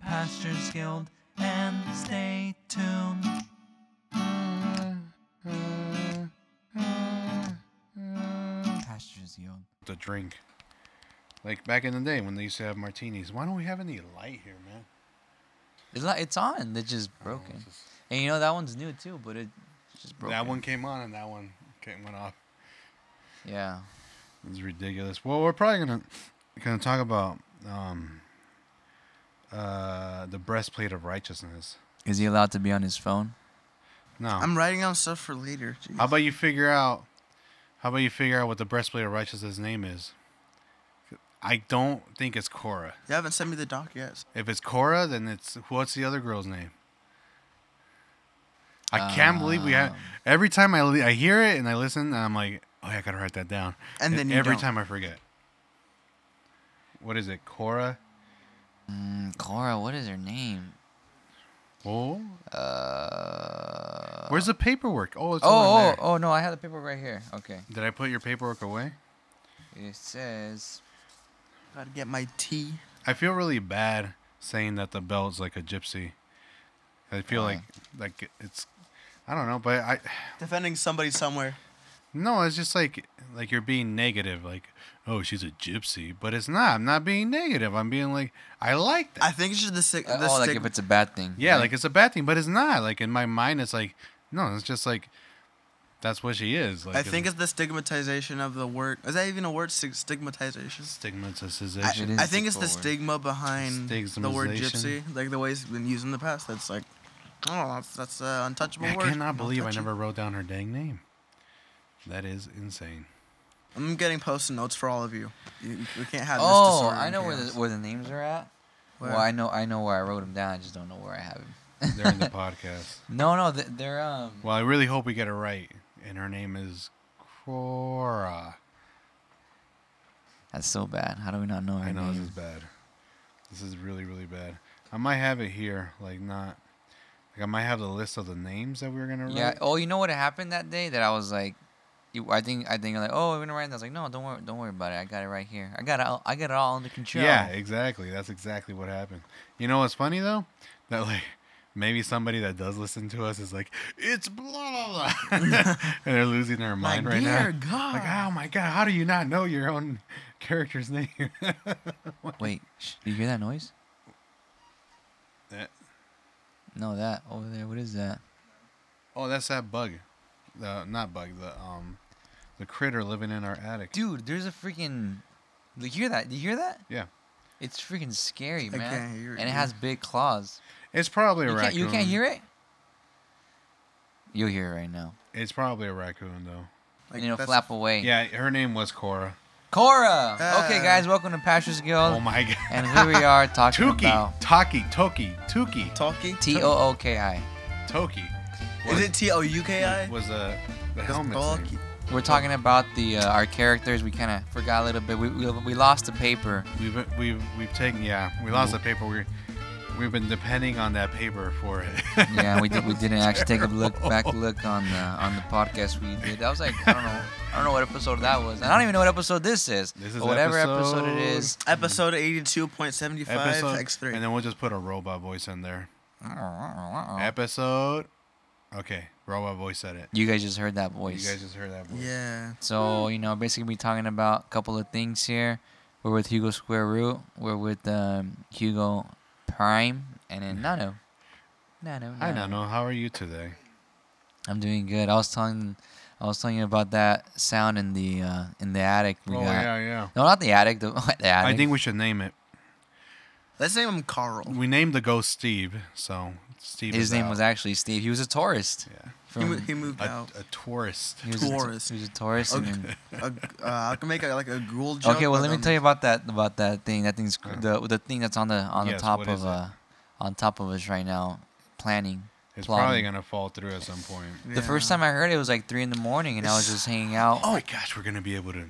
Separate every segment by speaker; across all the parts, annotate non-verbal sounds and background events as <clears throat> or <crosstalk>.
Speaker 1: Pastors Guild, and stay tuned. Pastors Guild.
Speaker 2: to drink. Like back in the day when they used to have martinis. Why don't we have any light here, man?
Speaker 1: It's, li- it's on. It's just broken. And you know that one's new too, but it it's just broken.
Speaker 2: That one came on and that one came went off.
Speaker 1: Yeah.
Speaker 2: It's ridiculous. Well, we're probably gonna gonna talk about um, uh, the breastplate of righteousness.
Speaker 1: Is he allowed to be on his phone?
Speaker 2: No,
Speaker 3: I'm writing down stuff for later. Jeez.
Speaker 2: how about you figure out? How about you figure out what the breastplate of righteousness name is? I don't think it's Cora.
Speaker 3: you haven't sent me the doc yet.
Speaker 2: If it's Cora, then it's what's the other girl's name? I can't believe we
Speaker 3: Um.
Speaker 2: have. Every time I li- I hear it and I listen, I'm like, oh, yeah, I gotta write that down.
Speaker 3: And then you
Speaker 2: every
Speaker 3: don't.
Speaker 2: time I forget. What is it,
Speaker 3: Uh,
Speaker 2: Cora?
Speaker 1: Mm, Cora, what is her name?
Speaker 2: Oh,
Speaker 1: Uh.
Speaker 2: where's the paperwork? Oh, it's over
Speaker 1: Oh, oh,
Speaker 2: there.
Speaker 1: oh no! I have the paper right here. Okay.
Speaker 2: Did I put your paperwork away?
Speaker 1: It says.
Speaker 3: Gotta get my tea.
Speaker 2: I feel really bad saying that the belt's like a gypsy. I
Speaker 3: Uh.
Speaker 2: feel
Speaker 1: Why?
Speaker 2: like like it's, I don't know, but I
Speaker 3: Defending somebody somewhere.
Speaker 2: No, it's just like like you're being negative, like, oh, she's a gypsy, but it's not. I'm not being negative. I'm being like, I like that.
Speaker 3: I think it's just the, sig-
Speaker 1: Uh,
Speaker 3: the
Speaker 1: oh, like
Speaker 3: stig-
Speaker 1: if it's a bad thing.
Speaker 2: yeah,
Speaker 1: right?
Speaker 2: like it's a bad thing, but it's not. Like in my mind, it's like, no, it's just like, that's what she is. Like,
Speaker 3: I think it's the stigmatization of the word. Is that even a word? Stig- stigmatization. I,
Speaker 1: It
Speaker 2: stigmatization.
Speaker 1: is
Speaker 3: I think
Speaker 1: the
Speaker 3: it's the
Speaker 1: forward.
Speaker 3: stigma behind the word
Speaker 2: Stigmatization.
Speaker 3: gypsy, like the way it's been used in the past. That's like, oh, that's, that's an untouchable
Speaker 2: I
Speaker 3: word.
Speaker 2: cannot
Speaker 3: Don't
Speaker 2: believe I
Speaker 3: touch it.
Speaker 2: never wrote down her dang name. That is
Speaker 3: <laughs>
Speaker 2: insane.
Speaker 3: I'm getting post-it notes for all of you. you we can't have this
Speaker 1: Oh,
Speaker 3: disorder
Speaker 1: I
Speaker 3: and
Speaker 1: know where the
Speaker 3: chaos.
Speaker 1: where the names are at.
Speaker 3: Where?
Speaker 1: Well, I know I know where I wrote them down. I just don't know where I have them.
Speaker 2: They're in the podcast.
Speaker 1: No, no, th- they're um.
Speaker 2: Well, I really hope we get it right. And her name is Cora.
Speaker 1: That's so bad. How do we not know her
Speaker 2: I know this
Speaker 1: name?
Speaker 2: is bad. This is really really bad. I might have it here, like not. Like I might have the list of the names that we were gonna write.
Speaker 1: Yeah. Oh, you know what happened that day that I was like, you- I think I think like, oh, we're gonna write. That. I was like, no, don't worry, don't worry about it. I got it right here. I got it. All, I got it all under control.
Speaker 2: Yeah, exactly. That's exactly what happened. You know what's funny though? <laughs> That like maybe somebody that does listen to us is like, it's blah blah blah, <laughs> and they're losing their
Speaker 3: My
Speaker 2: mind right
Speaker 3: dear
Speaker 2: now.
Speaker 3: God.
Speaker 2: Like, oh my god, how do you not know your own <laughs> character's name?
Speaker 1: <laughs>
Speaker 2: <laughs>
Speaker 1: Wait, sh- do you hear that noise?
Speaker 2: That-
Speaker 1: No, that over there. What is that?
Speaker 2: oh, that's that bug. The not bug. The um, the critter living in our attic.
Speaker 1: Dude, there's a freaking. You hear that? Do you hear that?
Speaker 2: Yeah,
Speaker 1: It's freaking scary,
Speaker 3: I
Speaker 1: man.
Speaker 3: can't hear it,
Speaker 1: and it
Speaker 3: dude.
Speaker 1: has big claws.
Speaker 2: it's probably a
Speaker 1: You can't,
Speaker 2: raccoon.
Speaker 1: you can't hear it. You'll hear it right now.
Speaker 2: It's probably a raccoon though.
Speaker 3: Like,
Speaker 1: and it'll
Speaker 3: that's-
Speaker 1: flap away.
Speaker 2: Yeah, her name was Cora.
Speaker 1: Cora.
Speaker 3: Ah.
Speaker 1: okay, guys, welcome to Pastors Guild.
Speaker 2: Oh my god.
Speaker 1: and here we are talking
Speaker 2: <laughs> Tuki,
Speaker 1: about
Speaker 2: Taki, Toki, Tuki,
Speaker 3: Talkie?
Speaker 1: T O O K I.
Speaker 2: Toki
Speaker 3: Is it T O U K I?
Speaker 2: was uh, the helmet's
Speaker 3: Talkie.
Speaker 2: name.
Speaker 1: We're talking about the uh, our characters. We kind of forgot a little bit. We, we, we lost the paper.
Speaker 2: We've we've we've taken yeah. We lost the paper. We we've been depending on that paper for <laughs> it.
Speaker 1: Yeah, we did. We didn't actually
Speaker 2: <laughs>
Speaker 1: take a look back look on the on the podcast we did. That was like I don't know. I don't know what episode that was. I don't even know what episode this is.
Speaker 2: This is
Speaker 1: But whatever episode, it is.
Speaker 2: episode-
Speaker 3: Episode 82.75 X3.
Speaker 2: and then we'll just put a robot voice in there.
Speaker 1: Oh.
Speaker 2: Episode. Okay, robot voice said it.
Speaker 1: You guys just heard that
Speaker 2: You
Speaker 1: voice.
Speaker 2: guys just heard that voice.
Speaker 3: yeah.
Speaker 1: So you know, basically, we talking about a couple of things here. We're with Hugo Square Root. We're with um, Hugo Prime, and then Nano. Nano.
Speaker 2: Hi Nano, how are you today?
Speaker 1: I'm doing good. I was telling, I was telling you about that sound in the uh, in the attic we
Speaker 2: oh
Speaker 1: got.
Speaker 2: yeah, yeah.
Speaker 1: No, not the attic. The, <laughs> the attic.
Speaker 2: I think we should name it.
Speaker 3: Let's name him Carl.
Speaker 2: We named the ghost Steve, so Steve.
Speaker 1: his
Speaker 2: is
Speaker 1: name
Speaker 2: out.
Speaker 1: was actually Steve. He was a tourist.
Speaker 2: uh, Yeah.
Speaker 3: He,
Speaker 1: From,
Speaker 3: mo- he moved
Speaker 2: a,
Speaker 3: out.
Speaker 2: a tourist.
Speaker 1: he was a t-
Speaker 3: tourist.
Speaker 1: he was a tourist. and then-
Speaker 3: A, uh, I can make a, like a gruel joke.
Speaker 1: Okay, well
Speaker 3: but,
Speaker 1: let me
Speaker 3: um,
Speaker 1: tell you about that about that thing. That thing's cr- the the thing that's on the on
Speaker 2: Yes,
Speaker 1: the top
Speaker 2: what is
Speaker 1: of
Speaker 2: it?
Speaker 1: uh on top of us right now, planning.
Speaker 2: It's
Speaker 1: plotting.
Speaker 2: probably gonna fall through at some point.
Speaker 1: The first
Speaker 3: Yeah.
Speaker 1: time I heard it was like three in the morning, and I was just hanging out.
Speaker 2: <laughs> Oh my gosh, we're gonna be able to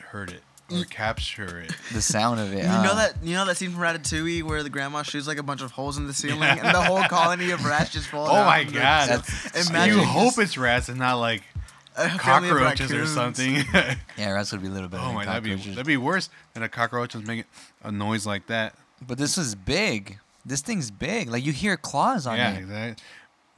Speaker 2: hurt it
Speaker 3: Mm.
Speaker 2: or capture it.
Speaker 1: The sound of it.
Speaker 3: You
Speaker 1: uh,
Speaker 3: know that you know that scene from Ratatouille where the grandma shoots like a bunch of holes in the ceiling and the whole colony of rats just fall.
Speaker 2: <laughs> Oh
Speaker 3: down
Speaker 2: my
Speaker 3: from the-
Speaker 2: god!
Speaker 1: That's
Speaker 3: <laughs> Imagine
Speaker 2: you
Speaker 3: just
Speaker 2: hope it's rats and not like
Speaker 3: a family of
Speaker 2: cockroaches or
Speaker 3: raccoons. <laughs>
Speaker 2: something. <laughs>
Speaker 1: Yeah, rats would be a little bit.
Speaker 2: oh my, that'd be
Speaker 1: cockroaches.
Speaker 2: that'd be worse than a cockroach is making a noise like that.
Speaker 1: But this is big. This thing's big. Like you hear claws on
Speaker 2: yeah,
Speaker 1: it.
Speaker 2: exactly.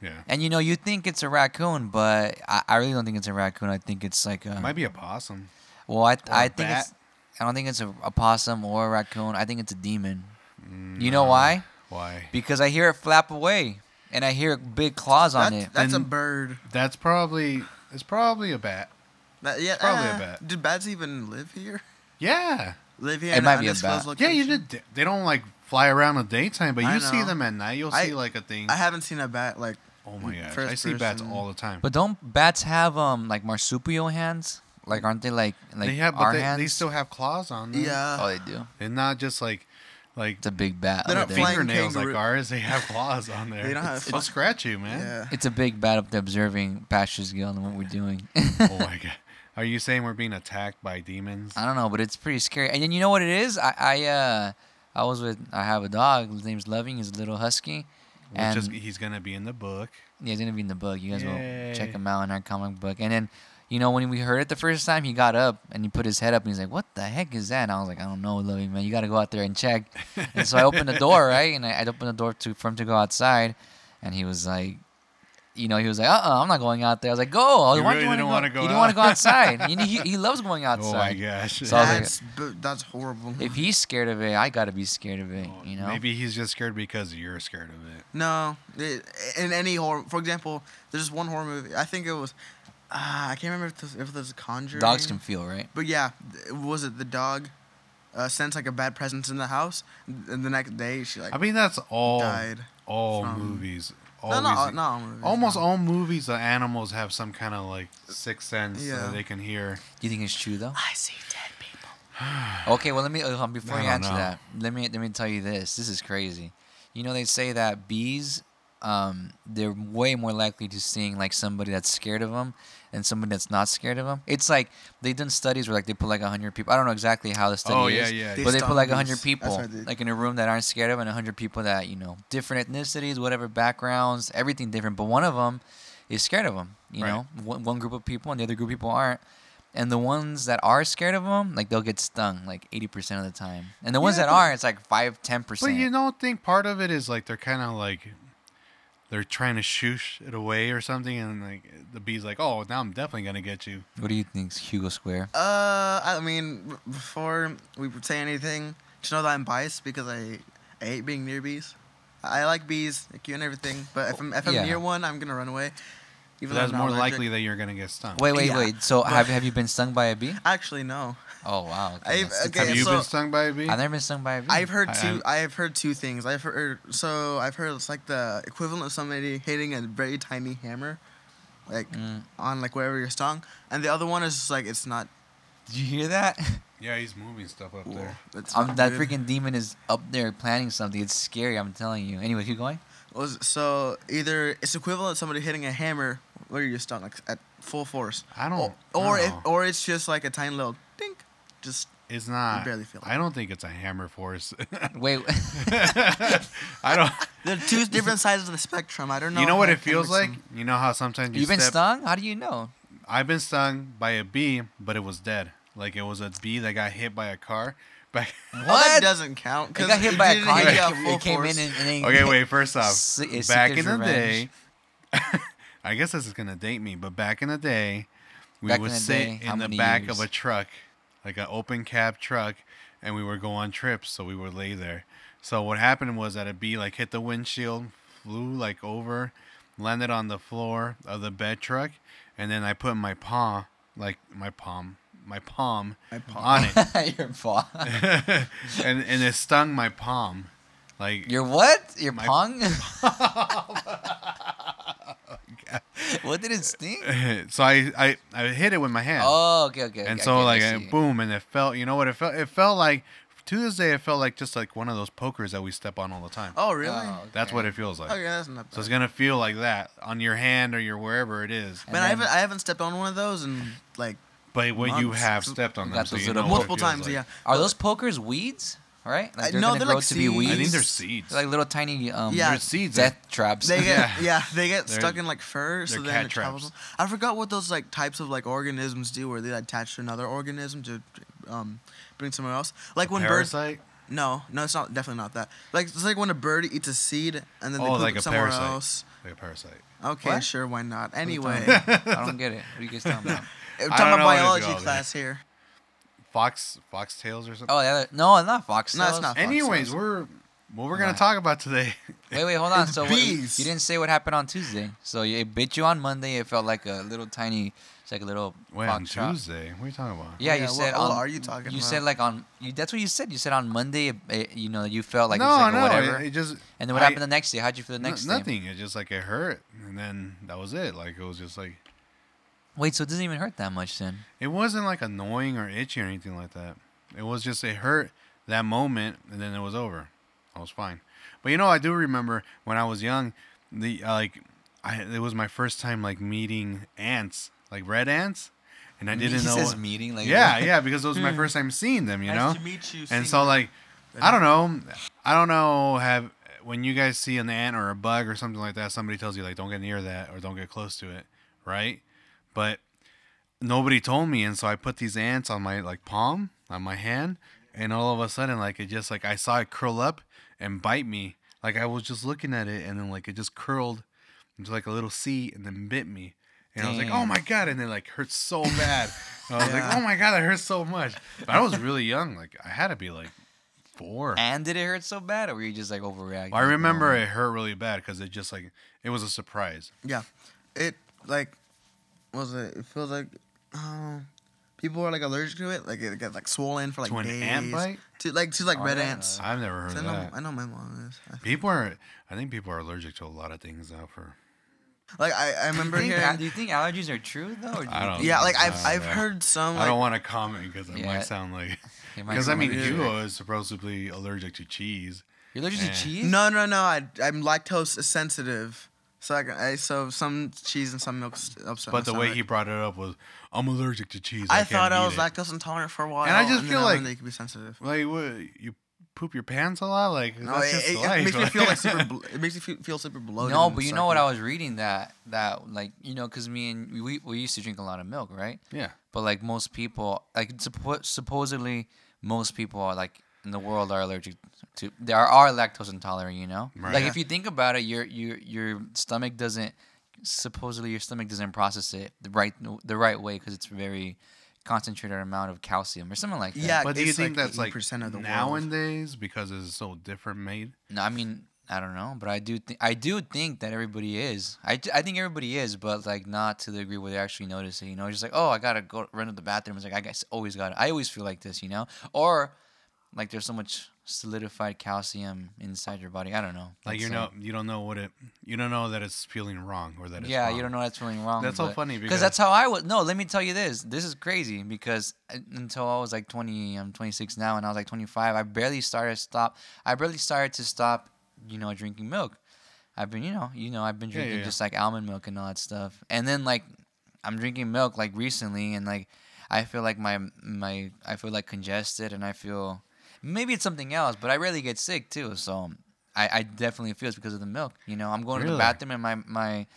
Speaker 2: Yeah,
Speaker 1: And you know, you think it's a raccoon, but I, I really don't think it's a raccoon. I think it's like a.
Speaker 2: might be a possum.
Speaker 1: well, I,
Speaker 2: a
Speaker 1: I think it's.
Speaker 2: bat.
Speaker 1: I don't think it's a, a possum or a raccoon. I think it's a demon. You
Speaker 2: Mm,
Speaker 1: know why?
Speaker 2: Why?
Speaker 1: Because I hear it flap away, and I hear big claws on
Speaker 3: That-
Speaker 1: it.
Speaker 3: that's a
Speaker 2: And-
Speaker 3: bird.
Speaker 2: That's probably it's probably a bat.
Speaker 3: That, yeah,
Speaker 2: probably a
Speaker 3: uh,
Speaker 2: bat.
Speaker 3: Do bats even live here?
Speaker 2: Yeah,
Speaker 3: Live here?
Speaker 1: It
Speaker 3: in
Speaker 1: might
Speaker 3: an
Speaker 1: be a
Speaker 3: undisclosed
Speaker 2: yeah. You
Speaker 3: location?
Speaker 2: did. They don't like fly around in the daytime, but you
Speaker 3: I
Speaker 2: see
Speaker 3: know.
Speaker 2: them at night. You'll
Speaker 3: I-
Speaker 2: see like a thing.
Speaker 3: I haven't seen a bat like.
Speaker 2: oh my gosh,
Speaker 3: first
Speaker 2: I see bats
Speaker 3: person.
Speaker 2: all the time.
Speaker 1: But don't bats have um like marsupial hands? Like aren't they like like
Speaker 2: they have,
Speaker 1: our
Speaker 2: but they,
Speaker 1: hands?
Speaker 2: they still have claws on them.
Speaker 3: Yeah.
Speaker 1: oh, they do.
Speaker 2: and not just like like
Speaker 1: It's a big bat.
Speaker 3: They're
Speaker 1: up
Speaker 3: not
Speaker 1: there.
Speaker 3: flying
Speaker 2: fingernails like
Speaker 3: kangaroo-
Speaker 2: ours. They have claws on there.
Speaker 3: <laughs> They don't have
Speaker 2: It's-
Speaker 3: fuck-
Speaker 2: It'll scratch you, man.
Speaker 3: yeah.
Speaker 1: It's a big bat up there observing Pastor's Guild and what we're doing.
Speaker 2: <laughs>
Speaker 1: <laughs>
Speaker 2: oh my god, are you saying we're being attacked by demons?
Speaker 3: Uh,
Speaker 1: I don't know, but it's pretty scary. And then you know what it is? I I uh I was with I have a dog. His name's Loving. He's a little husky.
Speaker 2: Which
Speaker 1: And
Speaker 2: is, he's gonna be in the book.
Speaker 1: yeah, he's gonna be in the book. You guys will check
Speaker 2: Yay.
Speaker 1: him out in our comic book. And then you know when we heard it the first time, he got up and he put his head up and he's like, "What the heck is that?" And I was like, "I don't know, Loving man. You gotta go out there and check." and so I opened the
Speaker 2: <laughs>
Speaker 1: door, right? And I, I opened the door to for him to go outside, and he was like. You know, he was like, "Uh, uh-uh, I'm not going out there." I was like, "Go!" I was like,
Speaker 2: You
Speaker 1: Why
Speaker 2: really
Speaker 1: do you
Speaker 2: didn't
Speaker 1: want
Speaker 2: wanna
Speaker 1: to go?
Speaker 2: go
Speaker 1: He didn't want to
Speaker 2: out?
Speaker 1: go outside. he, he, he loves going outside.
Speaker 2: <laughs> Oh my gosh.
Speaker 1: So I
Speaker 2: <laughs>
Speaker 1: was like-
Speaker 3: that's, bu- that's horrible.
Speaker 1: If he's scared of it, I gotta be scared of it. You know.
Speaker 2: Oh, Maybe he's just scared because you're scared of it.
Speaker 3: No, it, in any horror. For example, there's this one horror movie. I think it was. Uh, I can't remember if this, if it was Conjuring.
Speaker 1: Dogs can feel, right?
Speaker 3: But yeah, th- was it the dog? Uh, sensed like a bad presence in the house, and the next day she like
Speaker 2: I mean, that's all
Speaker 3: died.
Speaker 2: all
Speaker 3: from-
Speaker 2: movies.
Speaker 3: No,
Speaker 2: Always,
Speaker 3: no, uh, all- not all movies,
Speaker 2: Almost
Speaker 3: no.
Speaker 2: all movies, the animals have some kind of like sixth sense
Speaker 3: Yeah.
Speaker 2: that they can hear.
Speaker 1: Do you think it's true though?
Speaker 3: I see dead people.
Speaker 1: <sighs> Okay, well let me uh, before
Speaker 2: I
Speaker 1: you
Speaker 2: don't
Speaker 1: answer
Speaker 2: know.
Speaker 1: that, let me let me tell you this. This is crazy. You know they say that bees, um, they're way more likely to sting like somebody that's scared of them than somebody that's not scared of them. It's like they've done studies where like they put like hundred people. I don't know exactly how the study
Speaker 2: Oh,
Speaker 1: is.
Speaker 2: yeah, yeah,
Speaker 1: But they
Speaker 3: yeah. They
Speaker 1: put like
Speaker 3: stung
Speaker 1: hundred
Speaker 3: bees. That's
Speaker 1: people
Speaker 3: what they-
Speaker 1: like in a room that aren't scared of, and hundred people that you know different ethnicities, whatever backgrounds, everything different. But one of them is scared of them. You
Speaker 2: Right.
Speaker 1: know, one, one group of people and the other group of people aren't. And the ones that are scared of them, like they'll get stung like 80% of the time. And the ones
Speaker 2: Yeah,
Speaker 1: that
Speaker 2: but-
Speaker 1: aren't, it's like 5 10%.
Speaker 2: But you don't think part of it is like they're kind of like they're trying to shoosh it away or something, and like the bee's like, "Oh, now I'm definitely gonna get you."
Speaker 1: what do you think, Hugo Square?
Speaker 3: Uh, I mean, b- before we say anything, just know that I'm biased because I, I hate being near bees. I like bees, like you and everything, but if I'm, if I'm
Speaker 1: Yeah.
Speaker 3: near one, I'm gonna run away. Even though
Speaker 2: That's
Speaker 3: I'm not
Speaker 2: more
Speaker 3: allergic.
Speaker 2: likely that you're gonna get stung.
Speaker 1: Wait, wait,
Speaker 3: Yeah,
Speaker 1: wait. So
Speaker 3: but-
Speaker 1: have have you been stung by a bee?
Speaker 3: Actually, no.
Speaker 1: Oh, wow.
Speaker 3: I've-
Speaker 1: that's the
Speaker 3: okay,
Speaker 1: type
Speaker 2: have
Speaker 1: of-
Speaker 2: you
Speaker 3: so-
Speaker 2: been stung by a bee?
Speaker 1: I've never been stung by a bee.
Speaker 3: I've heard
Speaker 2: I-
Speaker 3: two. I, have heard two things. I've heard so I've heard it's like the equivalent of somebody hitting a very tiny hammer, like
Speaker 1: Mm.
Speaker 3: on like wherever you're stung, and the other one is just like it's not.
Speaker 1: Did you hear
Speaker 3: <laughs>
Speaker 1: that?
Speaker 2: yeah, he's moving stuff up there.
Speaker 3: It's
Speaker 1: Um,
Speaker 3: not
Speaker 1: that
Speaker 3: good.
Speaker 1: freaking demon is up there planning something. It's scary, I'm telling you. Anyway, keep
Speaker 3: <laughs>
Speaker 1: going.
Speaker 3: was so either it's equivalent to somebody hitting a hammer where you're stung like at full force,
Speaker 2: I don't.
Speaker 3: or
Speaker 2: I
Speaker 3: it,
Speaker 2: don't
Speaker 1: Oh.
Speaker 2: know.
Speaker 3: or it's just like a tiny little dink, just
Speaker 2: it's not.
Speaker 3: barely feel it.
Speaker 2: I don't think it's a hammer force. <laughs>
Speaker 1: Wait.
Speaker 2: I
Speaker 3: <laughs>
Speaker 2: don't.
Speaker 3: they're
Speaker 1: <laughs>
Speaker 3: two different sides of the spectrum. I don't know.
Speaker 2: you know what
Speaker 3: how
Speaker 2: it
Speaker 3: to
Speaker 2: feels
Speaker 3: mix
Speaker 2: like?
Speaker 3: them.
Speaker 2: You know how sometimes you
Speaker 1: You've been
Speaker 2: step-
Speaker 1: stung? How do <laughs> you know?
Speaker 2: I've been stung by a bee, but it was dead. Like it was a bee that got hit by a car. <laughs> But
Speaker 3: Oh, that
Speaker 1: What?
Speaker 3: doesn't count.
Speaker 1: It
Speaker 3: 'cause
Speaker 1: got hit by a
Speaker 3: didn't
Speaker 1: car.
Speaker 3: hit
Speaker 1: It
Speaker 3: you at
Speaker 1: came-
Speaker 3: full
Speaker 1: it came in
Speaker 3: force.
Speaker 1: and, and then- <laughs>
Speaker 2: okay, wait. First off,
Speaker 1: Si- it's
Speaker 2: back in
Speaker 1: Seeker's
Speaker 2: the
Speaker 1: Revenge.
Speaker 2: day, <laughs> I guess this is gonna date me, but back in the day, we
Speaker 1: Back in
Speaker 2: would
Speaker 1: the
Speaker 2: sit
Speaker 1: day, how
Speaker 2: in the
Speaker 1: many
Speaker 2: back
Speaker 1: years?
Speaker 2: of a truck, like an open cab truck, and we would go on trips. So we would lay there. So what happened was that a bee like hit the windshield, flew like over, landed on the floor of the bed truck, and then I put my paw, like my palm, my palm,
Speaker 3: My palm.
Speaker 2: on
Speaker 1: <laughs>
Speaker 2: it.
Speaker 1: Your paw.
Speaker 2: and and it stung my palm, like
Speaker 1: Your what? Your
Speaker 2: My-
Speaker 3: <laughs>
Speaker 1: pong? <laughs> what did it sting?
Speaker 2: <laughs>
Speaker 3: <laughs>
Speaker 2: so I, I I hit it with my hand,
Speaker 1: Oh, okay, okay.
Speaker 2: and
Speaker 1: okay,
Speaker 2: so
Speaker 1: okay,
Speaker 2: like
Speaker 1: I
Speaker 2: I
Speaker 1: see. Oh,
Speaker 2: boom, and it felt. You know what it felt? It felt like to this day, it felt like just like one of those pokers that we step on all the time.
Speaker 3: Oh really?
Speaker 1: Oh, okay.
Speaker 2: That's what it feels like.
Speaker 3: Okay, that's not
Speaker 2: So
Speaker 3: bad.
Speaker 2: it's gonna feel like that on your hand or your wherever it is.
Speaker 1: And
Speaker 3: Man,
Speaker 1: then-
Speaker 3: I haven't I haven't stepped on one of those in like
Speaker 2: But what you
Speaker 3: Months.
Speaker 2: have stepped on
Speaker 1: You
Speaker 2: them,
Speaker 1: got
Speaker 2: so
Speaker 1: those
Speaker 2: you
Speaker 1: little
Speaker 2: know what it
Speaker 3: multiple
Speaker 2: feels
Speaker 3: times.
Speaker 2: like.
Speaker 3: Yeah.
Speaker 1: Are those pokers weeds? Right? Like
Speaker 3: Uh, no,
Speaker 1: gonna
Speaker 3: they're
Speaker 1: grow
Speaker 3: like
Speaker 1: to be
Speaker 3: seeds.
Speaker 1: weeds.
Speaker 2: I think they're seeds.
Speaker 1: Like little tiny um
Speaker 3: Yeah. They're
Speaker 2: seeds.
Speaker 1: death traps.
Speaker 2: <laughs>
Speaker 3: They get
Speaker 1: <laughs>
Speaker 3: yeah,
Speaker 2: Yeah.
Speaker 3: they get
Speaker 2: They're-
Speaker 3: stuck in like fur, so
Speaker 2: they're
Speaker 3: then
Speaker 2: cat
Speaker 3: it travels.
Speaker 2: traps.
Speaker 3: on. I forgot what those like types of like organisms do, where they attach to another organism to um bring somewhere else. Like when birds,
Speaker 2: Parasite.
Speaker 3: No, no, it's not. Definitely not that. Like it's like when a bird eats a seed and then they
Speaker 2: Oh,
Speaker 3: poop
Speaker 2: like
Speaker 3: it
Speaker 2: a
Speaker 3: somewhere
Speaker 2: parasite.
Speaker 3: else.
Speaker 2: Like a parasite.
Speaker 3: Okay,
Speaker 1: What?
Speaker 3: sure, why not?
Speaker 1: you
Speaker 3: Anyway,
Speaker 2: <laughs>
Speaker 1: talking
Speaker 3: we're
Speaker 1: I don't get it. What are you guys talking about?
Speaker 2: I
Speaker 3: talking
Speaker 2: don't know
Speaker 3: about
Speaker 2: where this
Speaker 3: biology
Speaker 2: goes,
Speaker 3: class here.
Speaker 2: Fox foxtails or something.
Speaker 1: Oh, the other, no, not fox.
Speaker 3: No, it's not.
Speaker 2: Anyways,
Speaker 3: foxtails.
Speaker 2: we're what we're
Speaker 1: Right.
Speaker 2: gonna talk about today. <laughs>
Speaker 1: Wait, wait, hold on. So what, you
Speaker 3: bees.
Speaker 1: didn't say what happened on Tuesday. So you- it bit you on Monday. It felt like a little tiny, it's like a little
Speaker 2: When
Speaker 1: fox trot.
Speaker 2: Tuesday? What are you talking about?
Speaker 1: Yeah,
Speaker 3: Yeah,
Speaker 1: you
Speaker 3: what-
Speaker 1: said.
Speaker 3: what
Speaker 1: on,
Speaker 3: are you talking
Speaker 1: You
Speaker 3: about?
Speaker 1: said like on. You, that's what you said. You said on Monday. It, it- you know, you felt like it
Speaker 2: no,
Speaker 1: was like a
Speaker 2: no,
Speaker 1: whatever.
Speaker 2: It, it just
Speaker 1: and then what
Speaker 2: I-
Speaker 1: happened the next day? How'd you feel the
Speaker 2: no-
Speaker 1: next day?
Speaker 2: Nothing. It just like it hurt, and then that was it. Like it was just like
Speaker 1: Wait, so it doesn't even hurt that much then.
Speaker 2: it wasn't like annoying or itchy or anything like that. It was just it hurt that moment, and then it was over. I was fine. But you know, I do remember when I was young, the uh, like, I it was my first time like meeting ants, like red ants, and I didn't
Speaker 1: he
Speaker 2: know.
Speaker 1: Says meeting like <laughs>
Speaker 2: yeah, yeah, because it was my first time seeing them. You know.
Speaker 3: Hmm. meet you.
Speaker 2: And so like I don't know. I don't know have when you guys see an ant or a bug or something like that, somebody tells you like don't get near that or don't get close to it, right? But nobody told me and so I put these ants on my like palm, on my hand, and all of a sudden like it just like I saw it curl up and bite me. Like I was just looking at it and then like it just curled into like a little C and then bit me. And I was like, oh
Speaker 1: Damn.
Speaker 2: my god, and it like hurt so bad. I was
Speaker 3: Yeah.
Speaker 2: like, oh my god, that hurts so much. But I was really young. Like I had to be like four.
Speaker 1: And did it hurt so bad, or were you just like overreacting?
Speaker 2: I remember it hurt really bad because it just like it was a surprise.
Speaker 3: Yeah, it like what was it? It feels like um, people are like allergic to it. Like it gets like swollen for like
Speaker 2: To an
Speaker 3: days.
Speaker 2: ant bite?
Speaker 3: To like to like
Speaker 1: Oh,
Speaker 3: red
Speaker 1: yeah.
Speaker 3: ants.
Speaker 2: I've never heard
Speaker 3: I
Speaker 2: of
Speaker 3: know,
Speaker 2: that.
Speaker 3: I know my mom is. I-
Speaker 2: People are, I think people are allergic to a lot of things now. For
Speaker 3: Like I, I
Speaker 1: Do
Speaker 3: remember
Speaker 1: you, think, al-
Speaker 3: hearing.
Speaker 1: do you think allergies are true though? Or do you
Speaker 2: I don't.
Speaker 1: think-
Speaker 3: Yeah, like
Speaker 2: I
Speaker 3: I've
Speaker 2: don't
Speaker 3: I've
Speaker 2: know.
Speaker 3: heard some.
Speaker 2: I
Speaker 3: Like,
Speaker 2: don't want to comment because it
Speaker 1: Yeah.
Speaker 2: might sound like
Speaker 1: It
Speaker 2: <laughs>
Speaker 1: might
Speaker 2: because I
Speaker 1: sound
Speaker 2: mean
Speaker 1: like it.
Speaker 2: Hugo is supposedly allergic to cheese.
Speaker 1: you're allergic to
Speaker 2: Eh.
Speaker 1: cheese.
Speaker 3: no, no, no. I I'm lactose sensitive, so I, can- I so some cheese and some milk upset. my
Speaker 2: But the way
Speaker 3: stomach.
Speaker 2: he brought it up was, I'm allergic to cheese.
Speaker 3: I,
Speaker 2: I,
Speaker 3: thought
Speaker 2: can't
Speaker 3: I
Speaker 2: eat
Speaker 3: was
Speaker 2: it."
Speaker 3: lactose intolerant for a while,
Speaker 2: I just
Speaker 3: then
Speaker 2: feel
Speaker 3: learned
Speaker 2: like-
Speaker 3: that you could be sensitive.
Speaker 2: Like what? You poop your pants a lot? Like
Speaker 3: No,
Speaker 2: that's
Speaker 3: it,
Speaker 2: just
Speaker 3: it- it
Speaker 2: life,
Speaker 3: makes me
Speaker 2: like- <laughs>
Speaker 3: feel like super. Blo- it makes me feel, feel super bloated.
Speaker 1: No,
Speaker 3: and
Speaker 1: but you
Speaker 3: sucky.
Speaker 1: know what? I was reading that that like you know because me and we- we we used to drink a lot of milk, right?
Speaker 2: yeah.
Speaker 1: But like most people, like suppo- supposedly most people are like in the world are allergic to they are, are lactose intolerant. You know,
Speaker 2: Right.
Speaker 1: like
Speaker 2: Yeah.
Speaker 1: if you think about it, your your your stomach doesn't supposedly your stomach doesn't process it the right the right way because it's very concentrated amount of calcium or something like that.
Speaker 3: Yeah.
Speaker 2: But do you
Speaker 3: It's
Speaker 2: think
Speaker 3: like
Speaker 2: that's like
Speaker 3: 80% of the world.
Speaker 2: nowadays because it's so different made?
Speaker 1: No, I mean I don't know, but I do think I do think that everybody is. I, d- I think everybody is, but like not to the degree where they actually notice it. You know, just like oh, I gotta go run to the bathroom. It's like I guess always got. I always feel like this, you know, or like there's so much solidified calcium inside your body. I don't know.
Speaker 2: Like
Speaker 1: It's
Speaker 2: you know, you don't know what it, you don't know that it's feeling wrong or that it's
Speaker 1: yeah,
Speaker 2: wrong.
Speaker 1: you don't know that's really wrong.
Speaker 2: That's so funny because-
Speaker 1: that's how I was. No, let me tell you this. This is crazy because uh, until I was like 20, I'm 26 now, and I was like 25. I barely started stop. I barely started to stop. You know, drinking milk. I've been, you know, you know, I've been
Speaker 2: Yeah, yeah,
Speaker 1: drinking
Speaker 2: yeah.
Speaker 1: just like almond milk and all that stuff. And then like, I'm drinking milk like recently, and like, I feel like my my I feel like congested, and I feel maybe it's something else, but I rarely get sick too. So I, I definitely feel it's because of the milk. You know, I'm going to the
Speaker 2: Really?
Speaker 1: bathroom and my my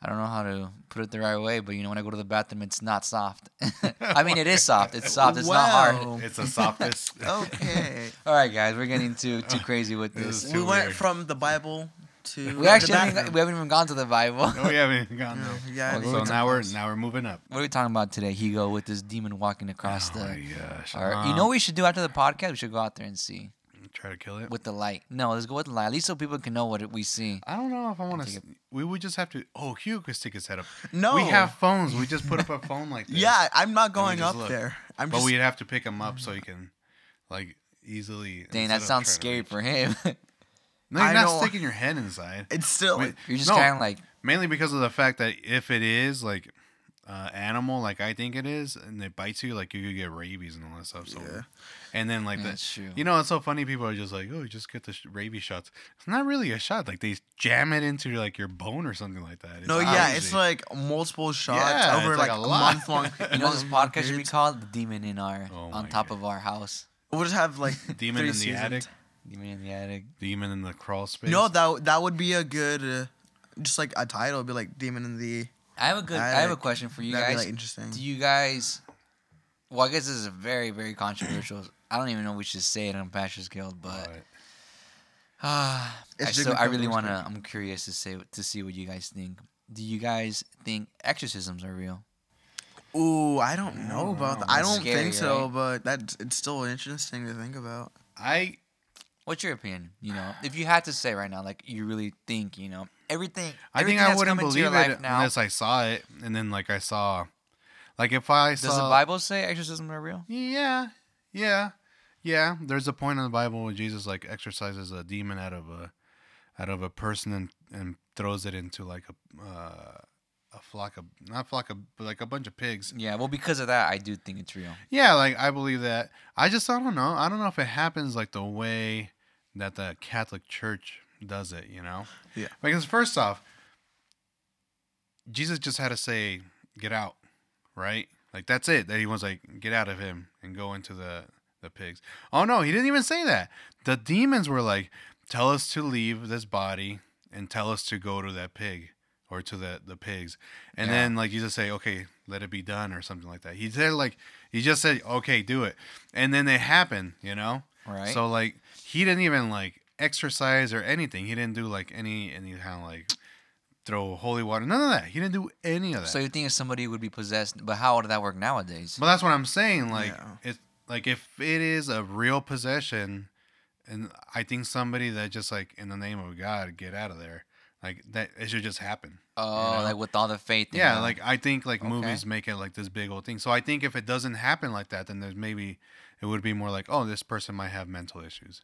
Speaker 1: I don't know how to put it the right way, but you know, when I go to the bathroom, it's not soft. <laughs> I mean, it is soft. It's soft. It's not hard.
Speaker 3: Wow.
Speaker 2: It's
Speaker 3: <laughs>
Speaker 2: the softest. <laughs>
Speaker 3: Okay.
Speaker 1: All right, guys, we're getting too too crazy with
Speaker 2: This
Speaker 1: this.
Speaker 2: is
Speaker 3: we
Speaker 2: too
Speaker 3: went
Speaker 2: weird.
Speaker 3: from the Bible to
Speaker 1: We actually
Speaker 3: the
Speaker 1: haven't, even-
Speaker 3: bathroom.
Speaker 1: we haven't even gone to the Bible.
Speaker 2: no, <laughs> we haven't even gotten
Speaker 3: No,
Speaker 2: there.
Speaker 3: Oh. yeah,
Speaker 1: Oh,
Speaker 2: So
Speaker 1: we're
Speaker 2: now we're
Speaker 3: close.
Speaker 2: now we're moving up.
Speaker 1: <laughs> What are we talking about today, Higo, with this demon walking across
Speaker 2: Oh my
Speaker 1: the?
Speaker 2: gosh!
Speaker 1: All right, you know what we should do after the podcast? We should go out there and see
Speaker 2: Um, try to kill it.
Speaker 1: with the light. No, let's go with the light. At least so people can know what it- we see.
Speaker 2: I don't know if I want
Speaker 1: Take
Speaker 2: to. We would just have to. Oh, Hugh could stick his head up.
Speaker 3: No.
Speaker 2: we have phones. We just put up a phone like this.
Speaker 3: Yeah, I'm not
Speaker 2: we
Speaker 3: going
Speaker 2: just
Speaker 3: up
Speaker 2: look.
Speaker 3: there. I'm
Speaker 2: but
Speaker 3: just.
Speaker 2: we'd have to pick him up so he can, like, easily.
Speaker 1: Dang,
Speaker 2: instead
Speaker 1: that
Speaker 2: of
Speaker 1: sounds
Speaker 2: trying to
Speaker 1: scary
Speaker 2: reach.
Speaker 1: for him. <laughs>
Speaker 2: No, you're
Speaker 3: I
Speaker 2: not
Speaker 3: know.
Speaker 2: sticking your head inside.
Speaker 3: it's still.
Speaker 2: Wait,
Speaker 1: You're just
Speaker 2: No.
Speaker 1: kind of like,
Speaker 2: mainly because of the fact that if it is like uh, animal like I think it is and it bites you like you could get rabies and all that stuff so
Speaker 3: Yeah.
Speaker 2: and then like
Speaker 1: Yeah,
Speaker 2: that
Speaker 1: that's true.
Speaker 2: you know it's so funny people are just like oh just get the sh- rabies shots it's not really a shot like they jam it into like your bone or something like that It's
Speaker 3: no, yeah, it's
Speaker 2: crazy.
Speaker 3: like multiple shots
Speaker 2: Yeah,
Speaker 3: over
Speaker 2: it's
Speaker 3: like,
Speaker 2: like
Speaker 3: a
Speaker 2: a lot.
Speaker 3: month long.
Speaker 1: you know, this
Speaker 3: month-long
Speaker 1: podcast should be
Speaker 3: periods.
Speaker 1: called "The Demon in Our
Speaker 2: Oh
Speaker 1: on
Speaker 2: my
Speaker 1: Top
Speaker 2: God.
Speaker 1: of Our House."
Speaker 3: We'll just have like
Speaker 2: demon
Speaker 3: three
Speaker 2: in the
Speaker 3: seasons.
Speaker 2: attic
Speaker 1: Demon in the attic.
Speaker 2: demon in the crawl space
Speaker 3: No, that that would be a good, uh, just like a title. It'd be like demon in the.
Speaker 1: I have a good. I have a
Speaker 3: Attic.
Speaker 1: question for you
Speaker 3: That'd be
Speaker 1: guys.
Speaker 3: like interesting.
Speaker 1: Do you guys? Well, I guess this is a very, very controversial I don't even know if we should say it on Bachelor's Guild, but
Speaker 2: But
Speaker 1: <sighs> ah,
Speaker 3: It's
Speaker 1: I,
Speaker 3: just
Speaker 1: still,
Speaker 3: gonna
Speaker 1: I
Speaker 3: come
Speaker 1: really
Speaker 3: to us
Speaker 1: want to.
Speaker 3: later.
Speaker 1: I'm curious to say to see what you guys think. Do you guys think exorcisms are real?
Speaker 3: Ooh, I don't know about that. I
Speaker 1: That's
Speaker 3: don't
Speaker 1: scary,
Speaker 3: think so,
Speaker 1: right?
Speaker 3: but that's it's still interesting to think about.
Speaker 2: I
Speaker 1: What's your opinion? You know, if you had to say right now, like you really think, you know, everything.
Speaker 2: I
Speaker 1: everything
Speaker 2: think I
Speaker 1: that's
Speaker 2: wouldn't
Speaker 1: come into
Speaker 2: believe
Speaker 1: your
Speaker 2: it
Speaker 1: life now.
Speaker 2: unless I saw it, and then like I saw, like if I saw,
Speaker 1: Does the Bible say exorcisms are real?
Speaker 2: yeah, yeah, yeah. There's a point in the Bible where Jesus like exorcises a demon out of a, out of a person and, and throws it into like a, uh, a flock of not flock of but like a bunch of pigs.
Speaker 1: Yeah. Well, because of that, I do think it's real.
Speaker 2: Yeah, like I believe that. I just I don't know. I don't know if it happens like the way that the Catholic Church does it, you know?
Speaker 3: Yeah.
Speaker 2: Because first off, Jesus just had to say, get out, right? Like that's it. That he was like, get out of him and go into the the pigs. Oh no, he didn't even say that. The demons were like, tell us to leave this body and tell us to go to that pig or to the the pigs. And
Speaker 1: Yeah.
Speaker 2: then like Jesus say, okay, let it be done or something like that. He said like he just said, okay, do it. And then it happened, you know?
Speaker 1: Right.
Speaker 2: So like he didn't even like exercise or anything. He didn't do like any any kind of like throw holy water. None of that. He didn't do any of that.
Speaker 1: So you think if somebody would be possessed, but how would that work nowadays?
Speaker 2: But that's what I'm saying. Like
Speaker 3: Yeah.
Speaker 2: it's like if it is a real possession, and I think somebody that just like in the name of God get out of there, like that it should just happen.
Speaker 1: Oh,
Speaker 2: know?
Speaker 1: like with all the faith. they
Speaker 2: Yeah,
Speaker 1: have.
Speaker 2: like I think like
Speaker 1: Okay.
Speaker 2: movies make it like this big old thing. So I think if it doesn't happen like that, then there's maybe it would be more like oh this person might have mental issues,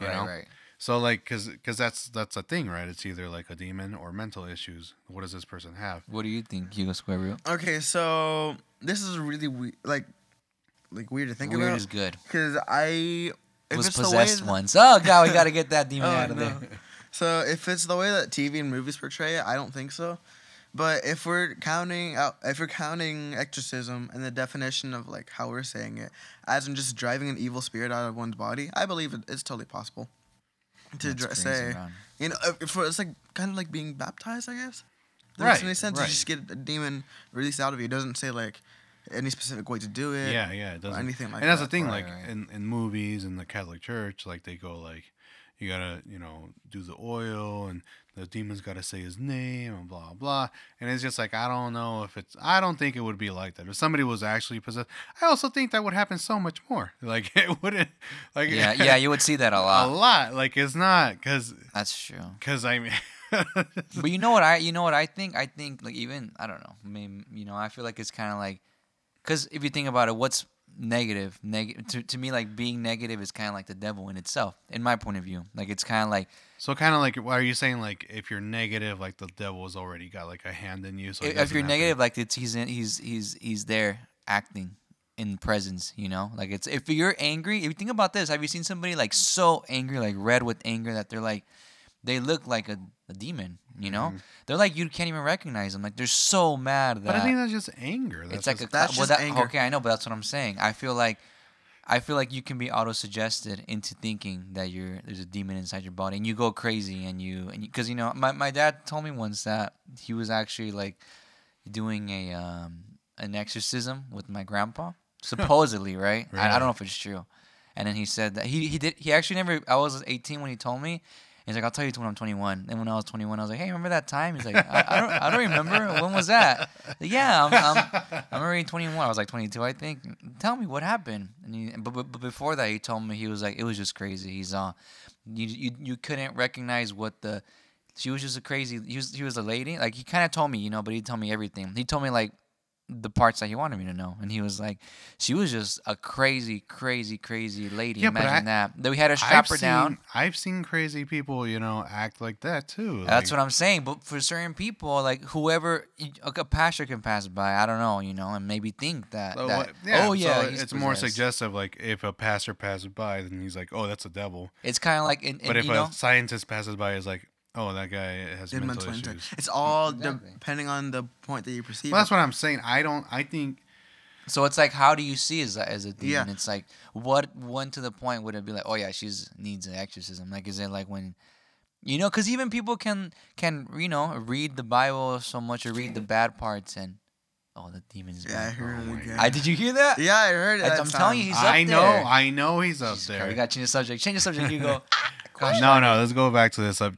Speaker 2: you
Speaker 1: right,
Speaker 2: know.
Speaker 1: right.
Speaker 2: So like cause cause that's that's a thing right? It's either like a demon or mental issues. What does this person have?
Speaker 1: What do you think, Hugo Square Root?
Speaker 3: Okay, so this is really we- like like weird to think
Speaker 1: Weird
Speaker 3: about
Speaker 1: is good.
Speaker 3: because I if
Speaker 1: was
Speaker 3: it's
Speaker 1: possessed
Speaker 3: the way that-
Speaker 1: once. Oh god, we gotta get that demon
Speaker 3: <laughs> Oh,
Speaker 1: out of
Speaker 3: no.
Speaker 1: <laughs> there.
Speaker 3: So if it's the way that TV and movies portray it, I don't think so. But if we're counting out, if we're counting exorcism and the definition of like how we're saying it, as in just driving an evil spirit out of one's body, I believe it, it's totally possible to
Speaker 1: That's
Speaker 3: dr-
Speaker 1: crazy,
Speaker 3: say.
Speaker 1: man.
Speaker 3: You know, if- if it's like kind of like being baptized, I guess. That
Speaker 2: Right,
Speaker 3: makes any sense.
Speaker 2: right.
Speaker 3: You just get a demon released out of you. It doesn't say like any specific way to do it.
Speaker 2: Yeah, yeah, it doesn't.
Speaker 3: anything like
Speaker 2: and that's the
Speaker 3: that.
Speaker 2: thing,
Speaker 1: Right,
Speaker 2: like
Speaker 1: right.
Speaker 2: in in movies and the Catholic Church, like they go like, you gotta you know do the oil and the demon's gotta say his name and blah blah. And it's just like I don't know if it's I don't think it would be like that if somebody was actually possessed. I also think that would happen so much more. <laughs> Like it wouldn't. Like <laughs>
Speaker 1: Yeah, yeah, you would see
Speaker 3: <laughs>
Speaker 1: that a
Speaker 2: a
Speaker 1: lot.
Speaker 2: lot. Like it's not because
Speaker 1: That's true.
Speaker 2: because I mean. <laughs>
Speaker 1: but you know what I you know what I think I think like even I don't know I mean you know I feel like it's kind of like because if you think about it what's negative negative to, to me like being negative is kind of like the devil in itself in my point of view like it's kind of like
Speaker 2: so kind of like, why are you saying like if you're negative, like the devil's already got like a hand in you? So it
Speaker 1: if, if you're
Speaker 2: doesn't have to-
Speaker 1: negative like it's he's in, he's he's he's there acting in presence you know like it's if you're angry if you think about this have you seen somebody like so angry like red with anger that they're like they look like a, a demon you know they're like you can't even recognize them like they're so mad that
Speaker 2: Mm-hmm. But I think that's just anger. That's
Speaker 1: it's like
Speaker 2: just-
Speaker 1: a cla-
Speaker 3: that's
Speaker 1: well,
Speaker 3: just
Speaker 1: that,
Speaker 3: anger.
Speaker 1: okay i know but that's what i'm saying i feel like i feel like you can be auto-suggested into thinking that you're there's a demon inside your body and you go crazy and you and because you, know my, my dad told me once that he was actually like doing a um an exorcism with my grandpa supposedly right I, I
Speaker 2: Really?
Speaker 1: don't know if it's true and then he said that he, he did he actually never i was 18 when he told me He's like, I'll tell you when I'm 21. And when I was 21, I was like, Hey, remember that time? He's like, I, I don't, I don't remember. When was that? Like, yeah, I'm, I'm, I'm already 21. I was like 22, I think. Tell me what happened. And he, but, but, but before that, he told me he was like, it was just crazy. He's uh, you, you, you couldn't recognize what the, she was just a crazy. He was, he was a lady. Like he kind of told me, you know, but he told me everything. He told me like the parts that he wanted me to know. And he was like, she was just a crazy, crazy, crazy lady.
Speaker 2: Yeah, but
Speaker 1: Imagine
Speaker 2: I-
Speaker 1: that. That we had to strap her
Speaker 2: seen,
Speaker 1: down.
Speaker 2: I've seen crazy people, you know, act like that too.
Speaker 1: That's what I'm saying. But for certain people, like whoever y- a a pastor can pass by, I don't know, you know, and maybe think that. that,
Speaker 2: yeah,
Speaker 1: oh yeah,
Speaker 2: so
Speaker 1: he's
Speaker 2: it's more
Speaker 1: possessed."
Speaker 2: suggestive. Like if a pastor passes by, then he's like, "Oh, that's a devil."
Speaker 1: It's kind of like, in, in,
Speaker 2: But if
Speaker 1: you
Speaker 2: a
Speaker 1: know,
Speaker 2: scientist passes by, is like, "Oh, that guy has
Speaker 3: Did
Speaker 2: mental,
Speaker 3: mental
Speaker 2: issues."
Speaker 3: intent. It's all
Speaker 1: Exactly.
Speaker 3: depending on the point that you perceive.
Speaker 2: Well,
Speaker 3: it.
Speaker 2: that's what I'm saying. I don't. I think
Speaker 1: so it's like, how do you see as a, as a
Speaker 3: Yeah.
Speaker 1: demon? It's like, what when to the point would it be like, oh yeah, she's needs an exorcism? Like, is it like when, you know, because even people can can you know read the Bible so much or read the bad parts and Oh, the demon's
Speaker 3: Yeah, I
Speaker 1: back.
Speaker 3: heard
Speaker 2: Oh my
Speaker 3: it again.
Speaker 1: I did you hear that?
Speaker 3: yeah, I heard it.
Speaker 1: I,
Speaker 3: that
Speaker 1: am telling you,
Speaker 3: time.
Speaker 1: he's up
Speaker 2: I know,
Speaker 1: there.
Speaker 2: I know he's up
Speaker 1: Jesus Christ,
Speaker 2: there.
Speaker 1: We got to change the subject. Change the subject. You <laughs>
Speaker 2: <laughs>
Speaker 1: go.
Speaker 2: no, no, let's go back to this. I,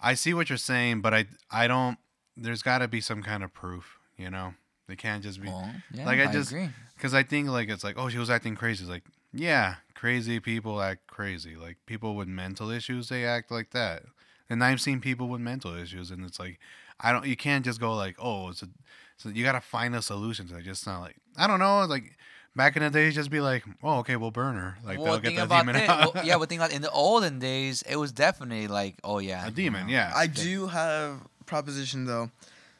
Speaker 2: I see what you're saying, but I, I don't. There's got to be some kind of proof, you know. They can't just be
Speaker 1: Well, yeah,
Speaker 2: Like, I just-
Speaker 1: agree.
Speaker 2: because I think like it's like, oh, she was acting crazy. It's like, yeah, crazy people act crazy. Like people with mental issues, they act like that. And I've seen people with mental issues, and it's like, I don't. You can't just go like, oh, it's a. So you got to find a solution to it. Just not like I don't know. Like back in the day, just be like, oh, okay, we'll burn her. Like
Speaker 1: well,
Speaker 2: they'll
Speaker 1: think
Speaker 2: get the
Speaker 1: about
Speaker 2: demon
Speaker 1: that.
Speaker 2: out. <laughs>
Speaker 1: well, yeah, well, think about in the olden days, it was definitely like, oh yeah,
Speaker 2: a
Speaker 1: you
Speaker 2: demon.
Speaker 1: know.
Speaker 2: Yeah.
Speaker 3: I do have proposition though.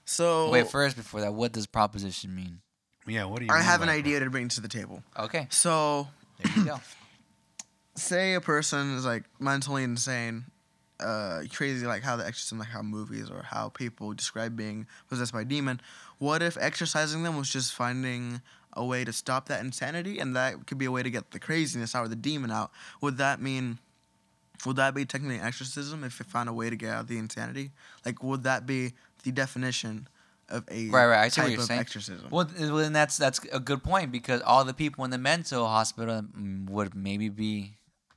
Speaker 3: So
Speaker 2: Oh.
Speaker 1: Wait, first before that, what does proposition mean?
Speaker 2: yeah. What do you?
Speaker 3: I
Speaker 2: mean
Speaker 3: have an
Speaker 2: by-
Speaker 3: idea to bring to the table.
Speaker 1: Okay,
Speaker 3: So
Speaker 1: there you
Speaker 2: <clears throat>
Speaker 1: go.
Speaker 3: say a person is like mentally insane, uh, crazy, like how the exorcism, like how movies or how people describe being possessed by a demon. What if exercising them was just finding a way to stop that insanity, and that could be a way to get the craziness out or the demon out? Would that mean? Would that be technically an exorcism if it found a way to get out the insanity? Like, would that be the definition of a
Speaker 1: Right, right. I see
Speaker 3: type
Speaker 1: what you're
Speaker 3: of
Speaker 1: saying.
Speaker 3: exorcism?
Speaker 1: Well, th- well, then that's that's a good point because all the people in the mental hospital mm, would maybe be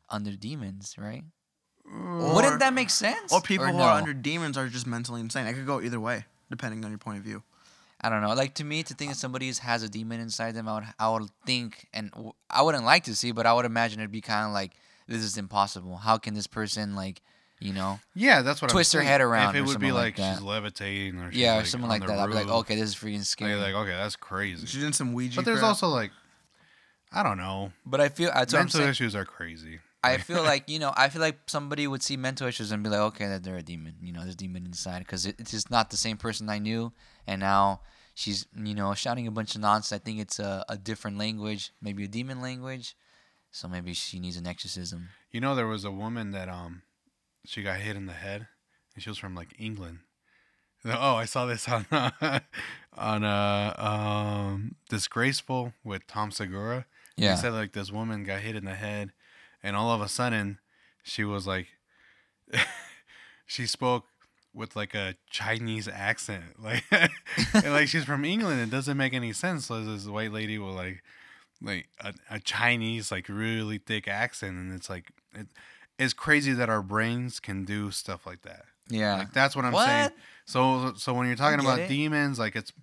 Speaker 1: under demons, right?
Speaker 3: Or-
Speaker 1: Wouldn't that make sense?
Speaker 3: Or people who
Speaker 1: no?
Speaker 3: are under demons are just mentally insane. I could go either way, depending on your point of view.
Speaker 1: I don't know. Like to me, to think that somebody is- has a demon inside them, I would, I would think, and w- I wouldn't like to see, but I would imagine it'd be kind of like, this is impossible. How can this person like, you know,
Speaker 2: Yeah, that's what. I'm
Speaker 1: Twist her
Speaker 2: saying.
Speaker 1: head around
Speaker 2: If
Speaker 1: or
Speaker 2: it would be
Speaker 1: something like
Speaker 2: like,
Speaker 1: that.
Speaker 2: she's levitating or she's
Speaker 1: yeah,
Speaker 2: like
Speaker 1: or something
Speaker 2: on
Speaker 1: like
Speaker 2: the
Speaker 1: that? I'd be like,
Speaker 2: roof,
Speaker 1: okay, this is freaking
Speaker 2: and
Speaker 1: scary.
Speaker 2: you're like, okay, that's crazy.
Speaker 3: She's doing some Ouija.
Speaker 2: But there's
Speaker 3: crap.
Speaker 2: also like, I don't know.
Speaker 1: but I feel that's what I'm
Speaker 2: mental
Speaker 1: saying.
Speaker 2: issues are crazy.
Speaker 1: I feel
Speaker 2: <laughs>
Speaker 1: like you know, I feel like somebody would see mental issues and be like, okay, that they're a demon. You know, there's a demon inside because it, it's just not the same person I knew, and now she's you know shouting a bunch of nonsense. I think it's a, a different language, maybe a demon language. So maybe she needs an exorcism.
Speaker 2: You know, there was a woman that um, she got hit in the head, and she was from like England. <laughs> Oh, I saw this <laughs> on on uh um disgraceful with Tom Segura.
Speaker 1: Yeah.
Speaker 2: He said like this woman got hit in the head, and all of a sudden, she was like, <laughs> she spoke with like a Chinese accent, <laughs> like and like she's from England. It doesn't make any sense. So this white lady will like like a, a Chinese like really thick accent, and it's like it, it's crazy that our brains can do stuff like that.
Speaker 1: Yeah.
Speaker 2: Like that's what I'm
Speaker 1: What?
Speaker 2: saying. So so when you're talking
Speaker 1: get
Speaker 2: about
Speaker 1: it.
Speaker 2: demons, like it's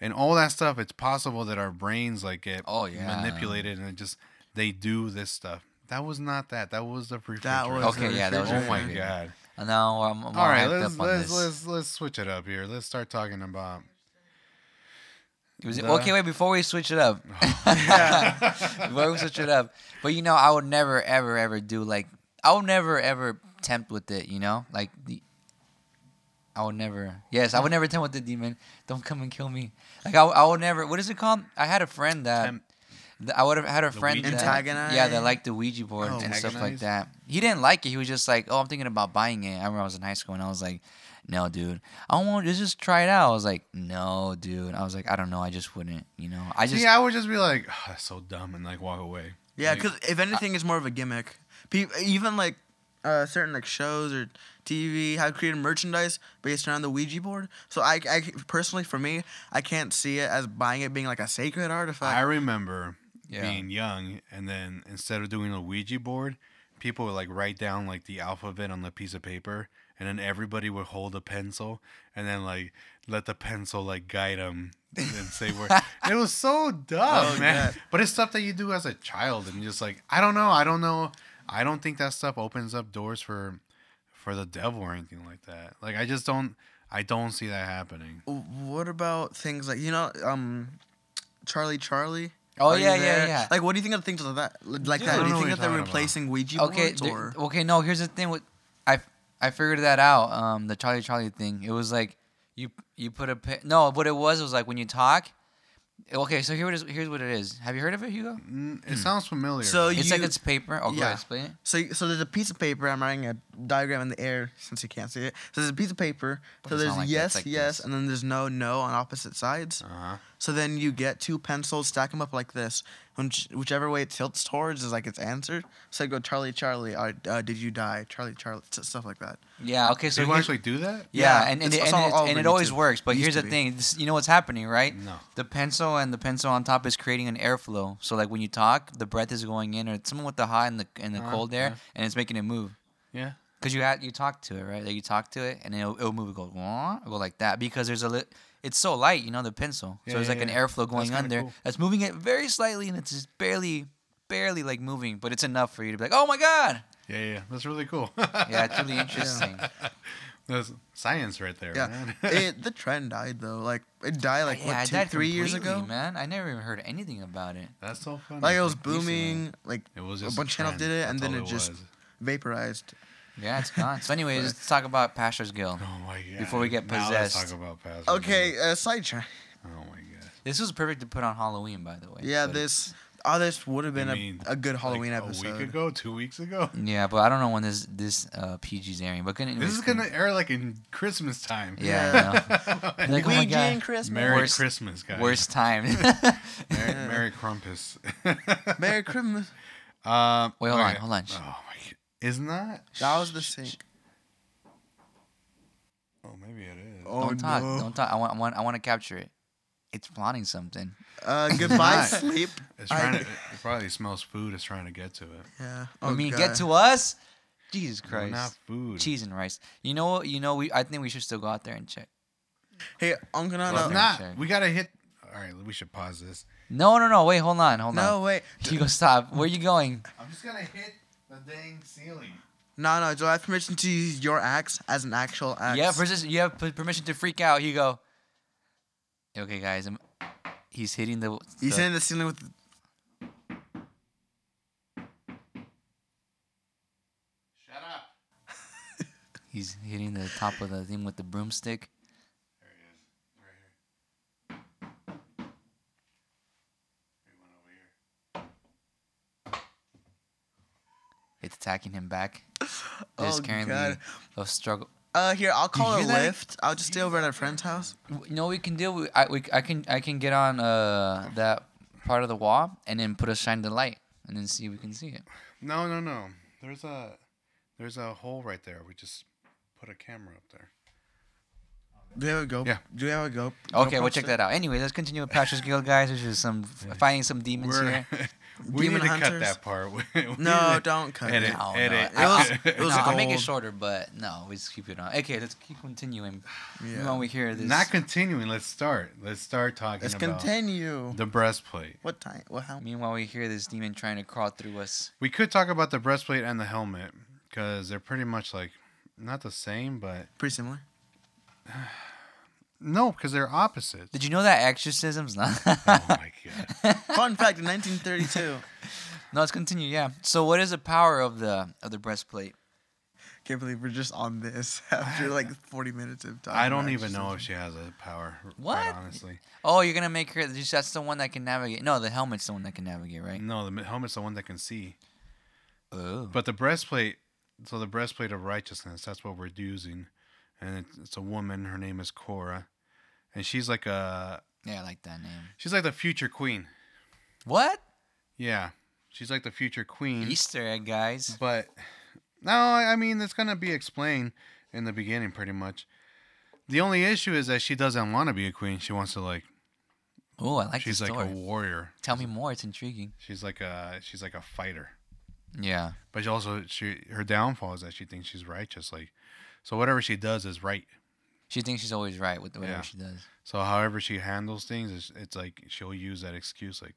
Speaker 2: and all that stuff, it's possible that our brains like get
Speaker 1: Oh, yeah.
Speaker 2: manipulated and it just they do this stuff. That was not that. That was the
Speaker 3: That
Speaker 2: refrigerator.
Speaker 3: was
Speaker 1: Okay,
Speaker 3: the
Speaker 1: yeah, that was
Speaker 2: Oh my
Speaker 1: refrigerator.
Speaker 2: god.
Speaker 1: And now I'm, I'm all
Speaker 2: All right,
Speaker 1: hyped
Speaker 2: let's
Speaker 1: up on
Speaker 2: let's,
Speaker 1: this.
Speaker 2: let's let's switch it up here. Let's start talking about
Speaker 1: Was it-
Speaker 2: the-
Speaker 1: okay, wait, before we switch it
Speaker 2: <laughs>
Speaker 1: up, <laughs> before we switch it up, but you know, I would never, ever, ever do like I would never, ever tempt with it. You know, like the. I would never. Yes, I would never tempt with the demon. Don't come and kill me. Like I, I would never. What is it called? I had a friend that.
Speaker 2: Tempt.
Speaker 1: th- I would have had a friend
Speaker 2: Ouija
Speaker 1: that,
Speaker 3: Antagonize?
Speaker 1: yeah, that liked the Ouija board
Speaker 3: Oh,
Speaker 1: and stuff like
Speaker 2: Antagonize?
Speaker 1: that. He didn't like it. He was just like, "Oh, I'm thinking about buying it." I remember I was in high school and I was like, "No, dude, I don't want. Let's just try it out." I was like, "No, dude." I was like, "I don't know. I just wouldn't." You know, I just
Speaker 2: See, I would just be like, oh, that's so dumb and like walk away.
Speaker 3: Yeah,
Speaker 2: Like,
Speaker 3: because if anything, it's more of a gimmick. Pe- even like uh, certain like shows or TV have created merchandise based around the Ouija board. So I, I personally, for me, I can't see it as buying it being like a sacred
Speaker 2: I
Speaker 3: artifact.
Speaker 2: remember
Speaker 1: Yeah.
Speaker 2: being young, and then instead of doing a Ouija board, people would like write down like the alphabet on the piece of paper, and then everybody would hold a pencil, and then like let the pencil like guide them and say
Speaker 3: <laughs>
Speaker 2: where. it was so dumb,
Speaker 3: Oh,
Speaker 2: man.
Speaker 3: yeah.
Speaker 2: But it's stuff that you do as a child, and you're just like I don't know, I don't know, I don't think that stuff opens up doors for for the devil or anything like that. Like I just don't, I don't see that happening.
Speaker 3: W- what about things like you know, um, Charlie Charlie?
Speaker 1: Oh,
Speaker 3: Are You
Speaker 1: yeah, yeah,
Speaker 3: There?
Speaker 1: yeah.
Speaker 3: Like, what do you think of things like that? Like
Speaker 1: Dude, I don't
Speaker 2: know
Speaker 3: that? Do you
Speaker 2: what
Speaker 3: think
Speaker 2: you're
Speaker 3: that they're
Speaker 2: talking about.
Speaker 3: replacing Ouija
Speaker 1: okay.
Speaker 3: boards
Speaker 1: there-
Speaker 3: or?
Speaker 1: okay, no. Here's the thing with I I figured that out. Um, the Charlie Charlie thing. It was like you you put a pi- no. What it was it was like when you talk. Okay, so here it is. Here's what it is. Have you heard of it, Hugo?
Speaker 2: Mm, It sounds familiar.
Speaker 3: Hmm. So
Speaker 2: though.
Speaker 1: It's like
Speaker 3: You-
Speaker 1: it's paper. Oh, go
Speaker 3: yeah.
Speaker 1: ahead, explain it.
Speaker 3: So, so there's a piece of paper. I'm writing a diagram in the air since you can't see it. So there's a piece of paper.
Speaker 1: But
Speaker 3: so
Speaker 1: it's not
Speaker 3: there's
Speaker 1: like that, it's
Speaker 3: yes,
Speaker 1: like
Speaker 3: yes,
Speaker 1: this.
Speaker 3: and then there's no, no on opposite sides.
Speaker 2: Uh-huh.
Speaker 3: So then you get two pencils, stack them up like this. Which, whichever way it tilts towards is like its answer. So I go Charlie, Charlie. Uh, uh, did you die, Charlie, Charlie? s- Stuff like that.
Speaker 1: Yeah. Okay. So
Speaker 2: People
Speaker 1: here's-
Speaker 2: actually do that?
Speaker 1: Yeah,
Speaker 3: Yeah,
Speaker 1: and and,
Speaker 3: it's-
Speaker 1: it-
Speaker 3: it's
Speaker 1: and,
Speaker 3: all
Speaker 1: it's-
Speaker 3: over
Speaker 1: and it always
Speaker 3: YouTube.
Speaker 1: works. But
Speaker 3: It used
Speaker 1: here's
Speaker 3: to
Speaker 1: the
Speaker 3: be.
Speaker 1: thing: this, you know what's happening, right?
Speaker 2: No.
Speaker 1: The pencil and the pencil on top is creating an airflow. So like when you talk, the breath is going in, or it's someone with the hot and the and the
Speaker 2: Uh-huh,
Speaker 1: cold air,
Speaker 2: yeah.
Speaker 1: and it's making it move.
Speaker 2: Yeah.
Speaker 1: Cause you had you talk to it, right? Like you talk to it, and it'll, it'll move. It goes, "Wah," it'll go like that because there's a lit. It's so light, you know, the pencil.
Speaker 2: Yeah,
Speaker 1: so there's
Speaker 2: yeah,
Speaker 1: like an
Speaker 2: yeah.
Speaker 1: airflow
Speaker 2: That's
Speaker 1: going
Speaker 2: kinda
Speaker 1: under
Speaker 2: cool.
Speaker 1: that's moving it very slightly, and it's just barely, barely like moving, but it's enough for you to be like, oh my god.
Speaker 2: Yeah, yeah. That's really cool. <laughs>
Speaker 1: Yeah, it's really interesting.
Speaker 2: That's science right there,
Speaker 3: Yeah.
Speaker 2: man. <laughs>
Speaker 1: <laughs>
Speaker 3: it, the trend died though. Like it died like
Speaker 1: yeah, I
Speaker 3: what two,
Speaker 1: died
Speaker 3: three years
Speaker 1: completely,
Speaker 3: ago.
Speaker 1: man. I never even heard anything about it.
Speaker 2: That's so funny.
Speaker 3: Like it was
Speaker 2: Recently.
Speaker 3: booming. Like
Speaker 2: It was
Speaker 3: a
Speaker 2: just
Speaker 3: bunch of channels
Speaker 2: trend.
Speaker 3: did it, and
Speaker 2: That's
Speaker 3: then
Speaker 2: all
Speaker 3: it just-
Speaker 2: was.
Speaker 3: vaporized.
Speaker 1: Yeah, it's gone. So,
Speaker 3: <laughs>
Speaker 1: anyways, let's talk about Pastor's Guild.
Speaker 2: Oh my god.
Speaker 1: Before we get
Speaker 2: Now let's
Speaker 1: possessed.
Speaker 2: talk about Pastor Bill.
Speaker 3: Okay, uh, sidetrack.
Speaker 2: Oh my god.
Speaker 1: This was perfect to put on Halloween, by the way.
Speaker 3: Yeah,
Speaker 1: but-
Speaker 3: this. Oh, this would have been
Speaker 2: I
Speaker 3: a,
Speaker 2: mean,
Speaker 3: a good
Speaker 2: like,
Speaker 3: Halloween
Speaker 2: A
Speaker 3: episode.
Speaker 2: week ago, two weeks
Speaker 3: <laughs>
Speaker 2: ago.
Speaker 1: Yeah, but I don't know when this this uh, PG's airing. But can,
Speaker 2: This is gonna air like in Christmas time.
Speaker 1: Yeah.
Speaker 3: Yeah.
Speaker 1: I know.
Speaker 2: <laughs>
Speaker 1: Like, oh my
Speaker 3: Ouija and
Speaker 1: God.
Speaker 3: Christmas.
Speaker 2: Merry
Speaker 1: Worst-
Speaker 2: Christmas, guys.
Speaker 1: Worst time. <laughs>
Speaker 2: Merry,
Speaker 3: Yeah.
Speaker 2: Merry <laughs> Krampus.
Speaker 3: Merry Christmas.
Speaker 2: um,
Speaker 1: Wait, hold on,
Speaker 2: okay.
Speaker 1: hold on.
Speaker 2: Oh my god. Isn't that?
Speaker 3: That was the sink.
Speaker 2: Oh, maybe it is.
Speaker 3: <laughs> Oh
Speaker 1: don't talk.
Speaker 3: no.
Speaker 1: Don't talk. I want. I want. I want to capture it. It's plotting something.
Speaker 3: Uh, goodbye,
Speaker 2: not.
Speaker 3: sleep.
Speaker 2: It's
Speaker 3: I- <laughs>
Speaker 2: trying to. It probably smells food. It's trying to get to it.
Speaker 3: Yeah.
Speaker 1: I
Speaker 3: Oh,
Speaker 1: mean,
Speaker 3: God.
Speaker 1: get to us. Jesus
Speaker 2: We're
Speaker 1: Christ.
Speaker 2: Not food.
Speaker 1: Cheese and rice. You know. what- You know. We. I think we should still go out there and check.
Speaker 3: Hey, I'm gonna.
Speaker 2: Well,
Speaker 1: Well,
Speaker 3: No,
Speaker 1: no.
Speaker 2: not.
Speaker 1: check.
Speaker 2: We gotta hit. All right, we should pause this.
Speaker 1: No. No. No. Wait. Hold on. Hold <laughs>
Speaker 3: no
Speaker 1: on.
Speaker 3: wait.
Speaker 1: You go stop. Where you going?
Speaker 2: I'm just gonna hit the dang ceiling.
Speaker 3: No, no. Do I have permission to use your axe as an actual axe?
Speaker 1: Yeah, persis- you have p- permission to freak out, Hugo. Okay, guys, I'm, he's hitting the.
Speaker 3: He's
Speaker 1: the-
Speaker 3: hitting the ceiling with.
Speaker 2: Shut up.
Speaker 1: he's hitting the top of the thing with the broomstick.
Speaker 2: There it is. Right here. There it went over here.
Speaker 1: It's attacking him
Speaker 3: <laughs>
Speaker 1: back. There's
Speaker 3: Oh,
Speaker 1: currently
Speaker 3: God.
Speaker 1: a struggle.
Speaker 3: Uh, here I'll call a
Speaker 1: hear that?
Speaker 3: lift. I'll just stay over at a friend's house.
Speaker 1: W- You know what we can do? We, I, we, I can I can get on uh that part of the wall and then put a shine the light and then see if we can see it.
Speaker 2: No, no, no. There's a there's a hole right there. We just put a camera up there.
Speaker 3: Do we have a go?
Speaker 2: Yeah.
Speaker 3: Do we have a go?
Speaker 1: Okay, we'll check that out. Anyway, let's continue with Pastor's Guild, guys. There's just some finding some demons
Speaker 2: We're, <laughs>
Speaker 1: here.
Speaker 3: <laughs>
Speaker 2: we
Speaker 3: Demon
Speaker 2: need to cut
Speaker 3: hunters?
Speaker 2: that part. <laughs> We- we need
Speaker 3: No,
Speaker 2: to
Speaker 3: don't cut
Speaker 2: edit,
Speaker 3: it.
Speaker 1: No, no,
Speaker 2: edit.
Speaker 1: I-
Speaker 2: <laughs>
Speaker 3: I- It was- it was
Speaker 1: no, I'll make it
Speaker 3: gold.
Speaker 1: shorter, but no, we just keep it on. Okay, let's keep
Speaker 2: <sighs>
Speaker 1: continuing.
Speaker 3: Yeah.
Speaker 1: When we hear this,
Speaker 2: Not continuing. Let's start. Let's start talking
Speaker 3: Let's
Speaker 2: about
Speaker 3: continue.
Speaker 2: the breastplate.
Speaker 3: What time? What how?
Speaker 1: Meanwhile, we hear this demon trying to crawl through us.
Speaker 2: We could talk about the breastplate and the helmet because they're pretty much like not the same, but
Speaker 3: Pretty similar.
Speaker 2: no, because they're
Speaker 3: <laughs>
Speaker 2: opposites.
Speaker 1: Did you know that exorcisms? Not. <laughs>
Speaker 2: oh my god!
Speaker 3: Fun fact: in 1932.
Speaker 1: no, let's continue. Yeah. So, what is the power of the of the breastplate?
Speaker 3: Can't believe we're just on this <laughs> after like 40 minutes of time.
Speaker 2: I don't even know if she has a power. quite
Speaker 1: What?
Speaker 2: honestly,
Speaker 1: Oh, you're gonna make her. That's the one that can navigate. No, the helmet's the one that can navigate, right?
Speaker 2: no. The helmet's the one that can see.
Speaker 1: Oh.
Speaker 2: But the breastplate, so the breastplate of righteousness, that's what we're using. And it's, it's a woman. Her name is Cora, and she's like a
Speaker 1: yeah, I like that name.
Speaker 2: she's like the future queen.
Speaker 1: What?
Speaker 2: Yeah, she's like the future queen.
Speaker 1: Easter egg, guys.
Speaker 2: But no, I I mean it's gonna be explained in the beginning, pretty much. The only issue is that she doesn't want to be a queen. She wants to like
Speaker 1: Oh, I like
Speaker 2: she's
Speaker 1: this
Speaker 2: like
Speaker 1: story.
Speaker 2: a warrior.
Speaker 1: Tell me more. It's intriguing.
Speaker 2: She's like a she's like a fighter.
Speaker 1: Yeah.
Speaker 2: But she also she her downfall is that she thinks she's righteous. Like so, whatever she does is right.
Speaker 1: She thinks she's always right with whatever
Speaker 2: Yeah.
Speaker 1: she does.
Speaker 2: So however she handles things, it's, it's like she'll use that excuse like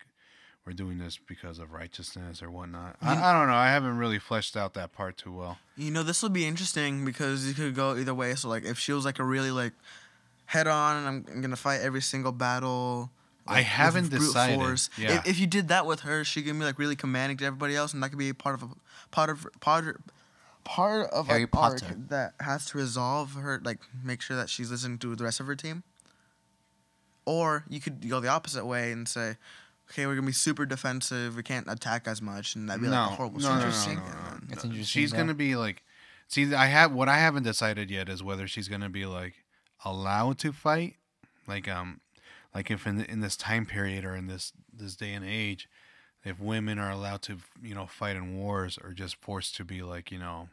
Speaker 2: we're doing this because of righteousness or whatnot. I, I don't know. I haven't really fleshed out that part too well.
Speaker 3: You know, this will be interesting because you could go either way. So, like, if she was like a really like head on, and I'm, I'm gonna fight every single battle.
Speaker 2: I
Speaker 3: like, with
Speaker 2: haven't
Speaker 3: brute
Speaker 2: decided. Yeah.
Speaker 3: If, if you did that with her, she could be like really commanding to everybody else, and that could be part of a part of part of, part of
Speaker 1: Harry
Speaker 3: an arc
Speaker 1: Potter.
Speaker 3: that has to resolve her, like make sure that she's listening to the rest of her team. Or you could go the opposite way and say, okay, we're gonna be super defensive. We can't attack as much, and that'd be like a
Speaker 2: No,
Speaker 3: horrible
Speaker 2: no, no, no,
Speaker 3: situation.
Speaker 2: no, no,
Speaker 3: And then-
Speaker 1: It's interesting.
Speaker 2: She's
Speaker 1: though.
Speaker 2: gonna be like See, I have what I haven't decided yet is whether she's gonna be like allowed to fight, like um, like if in in this time period or in this this day and age, if women are allowed to you know fight in wars or just forced to be like you know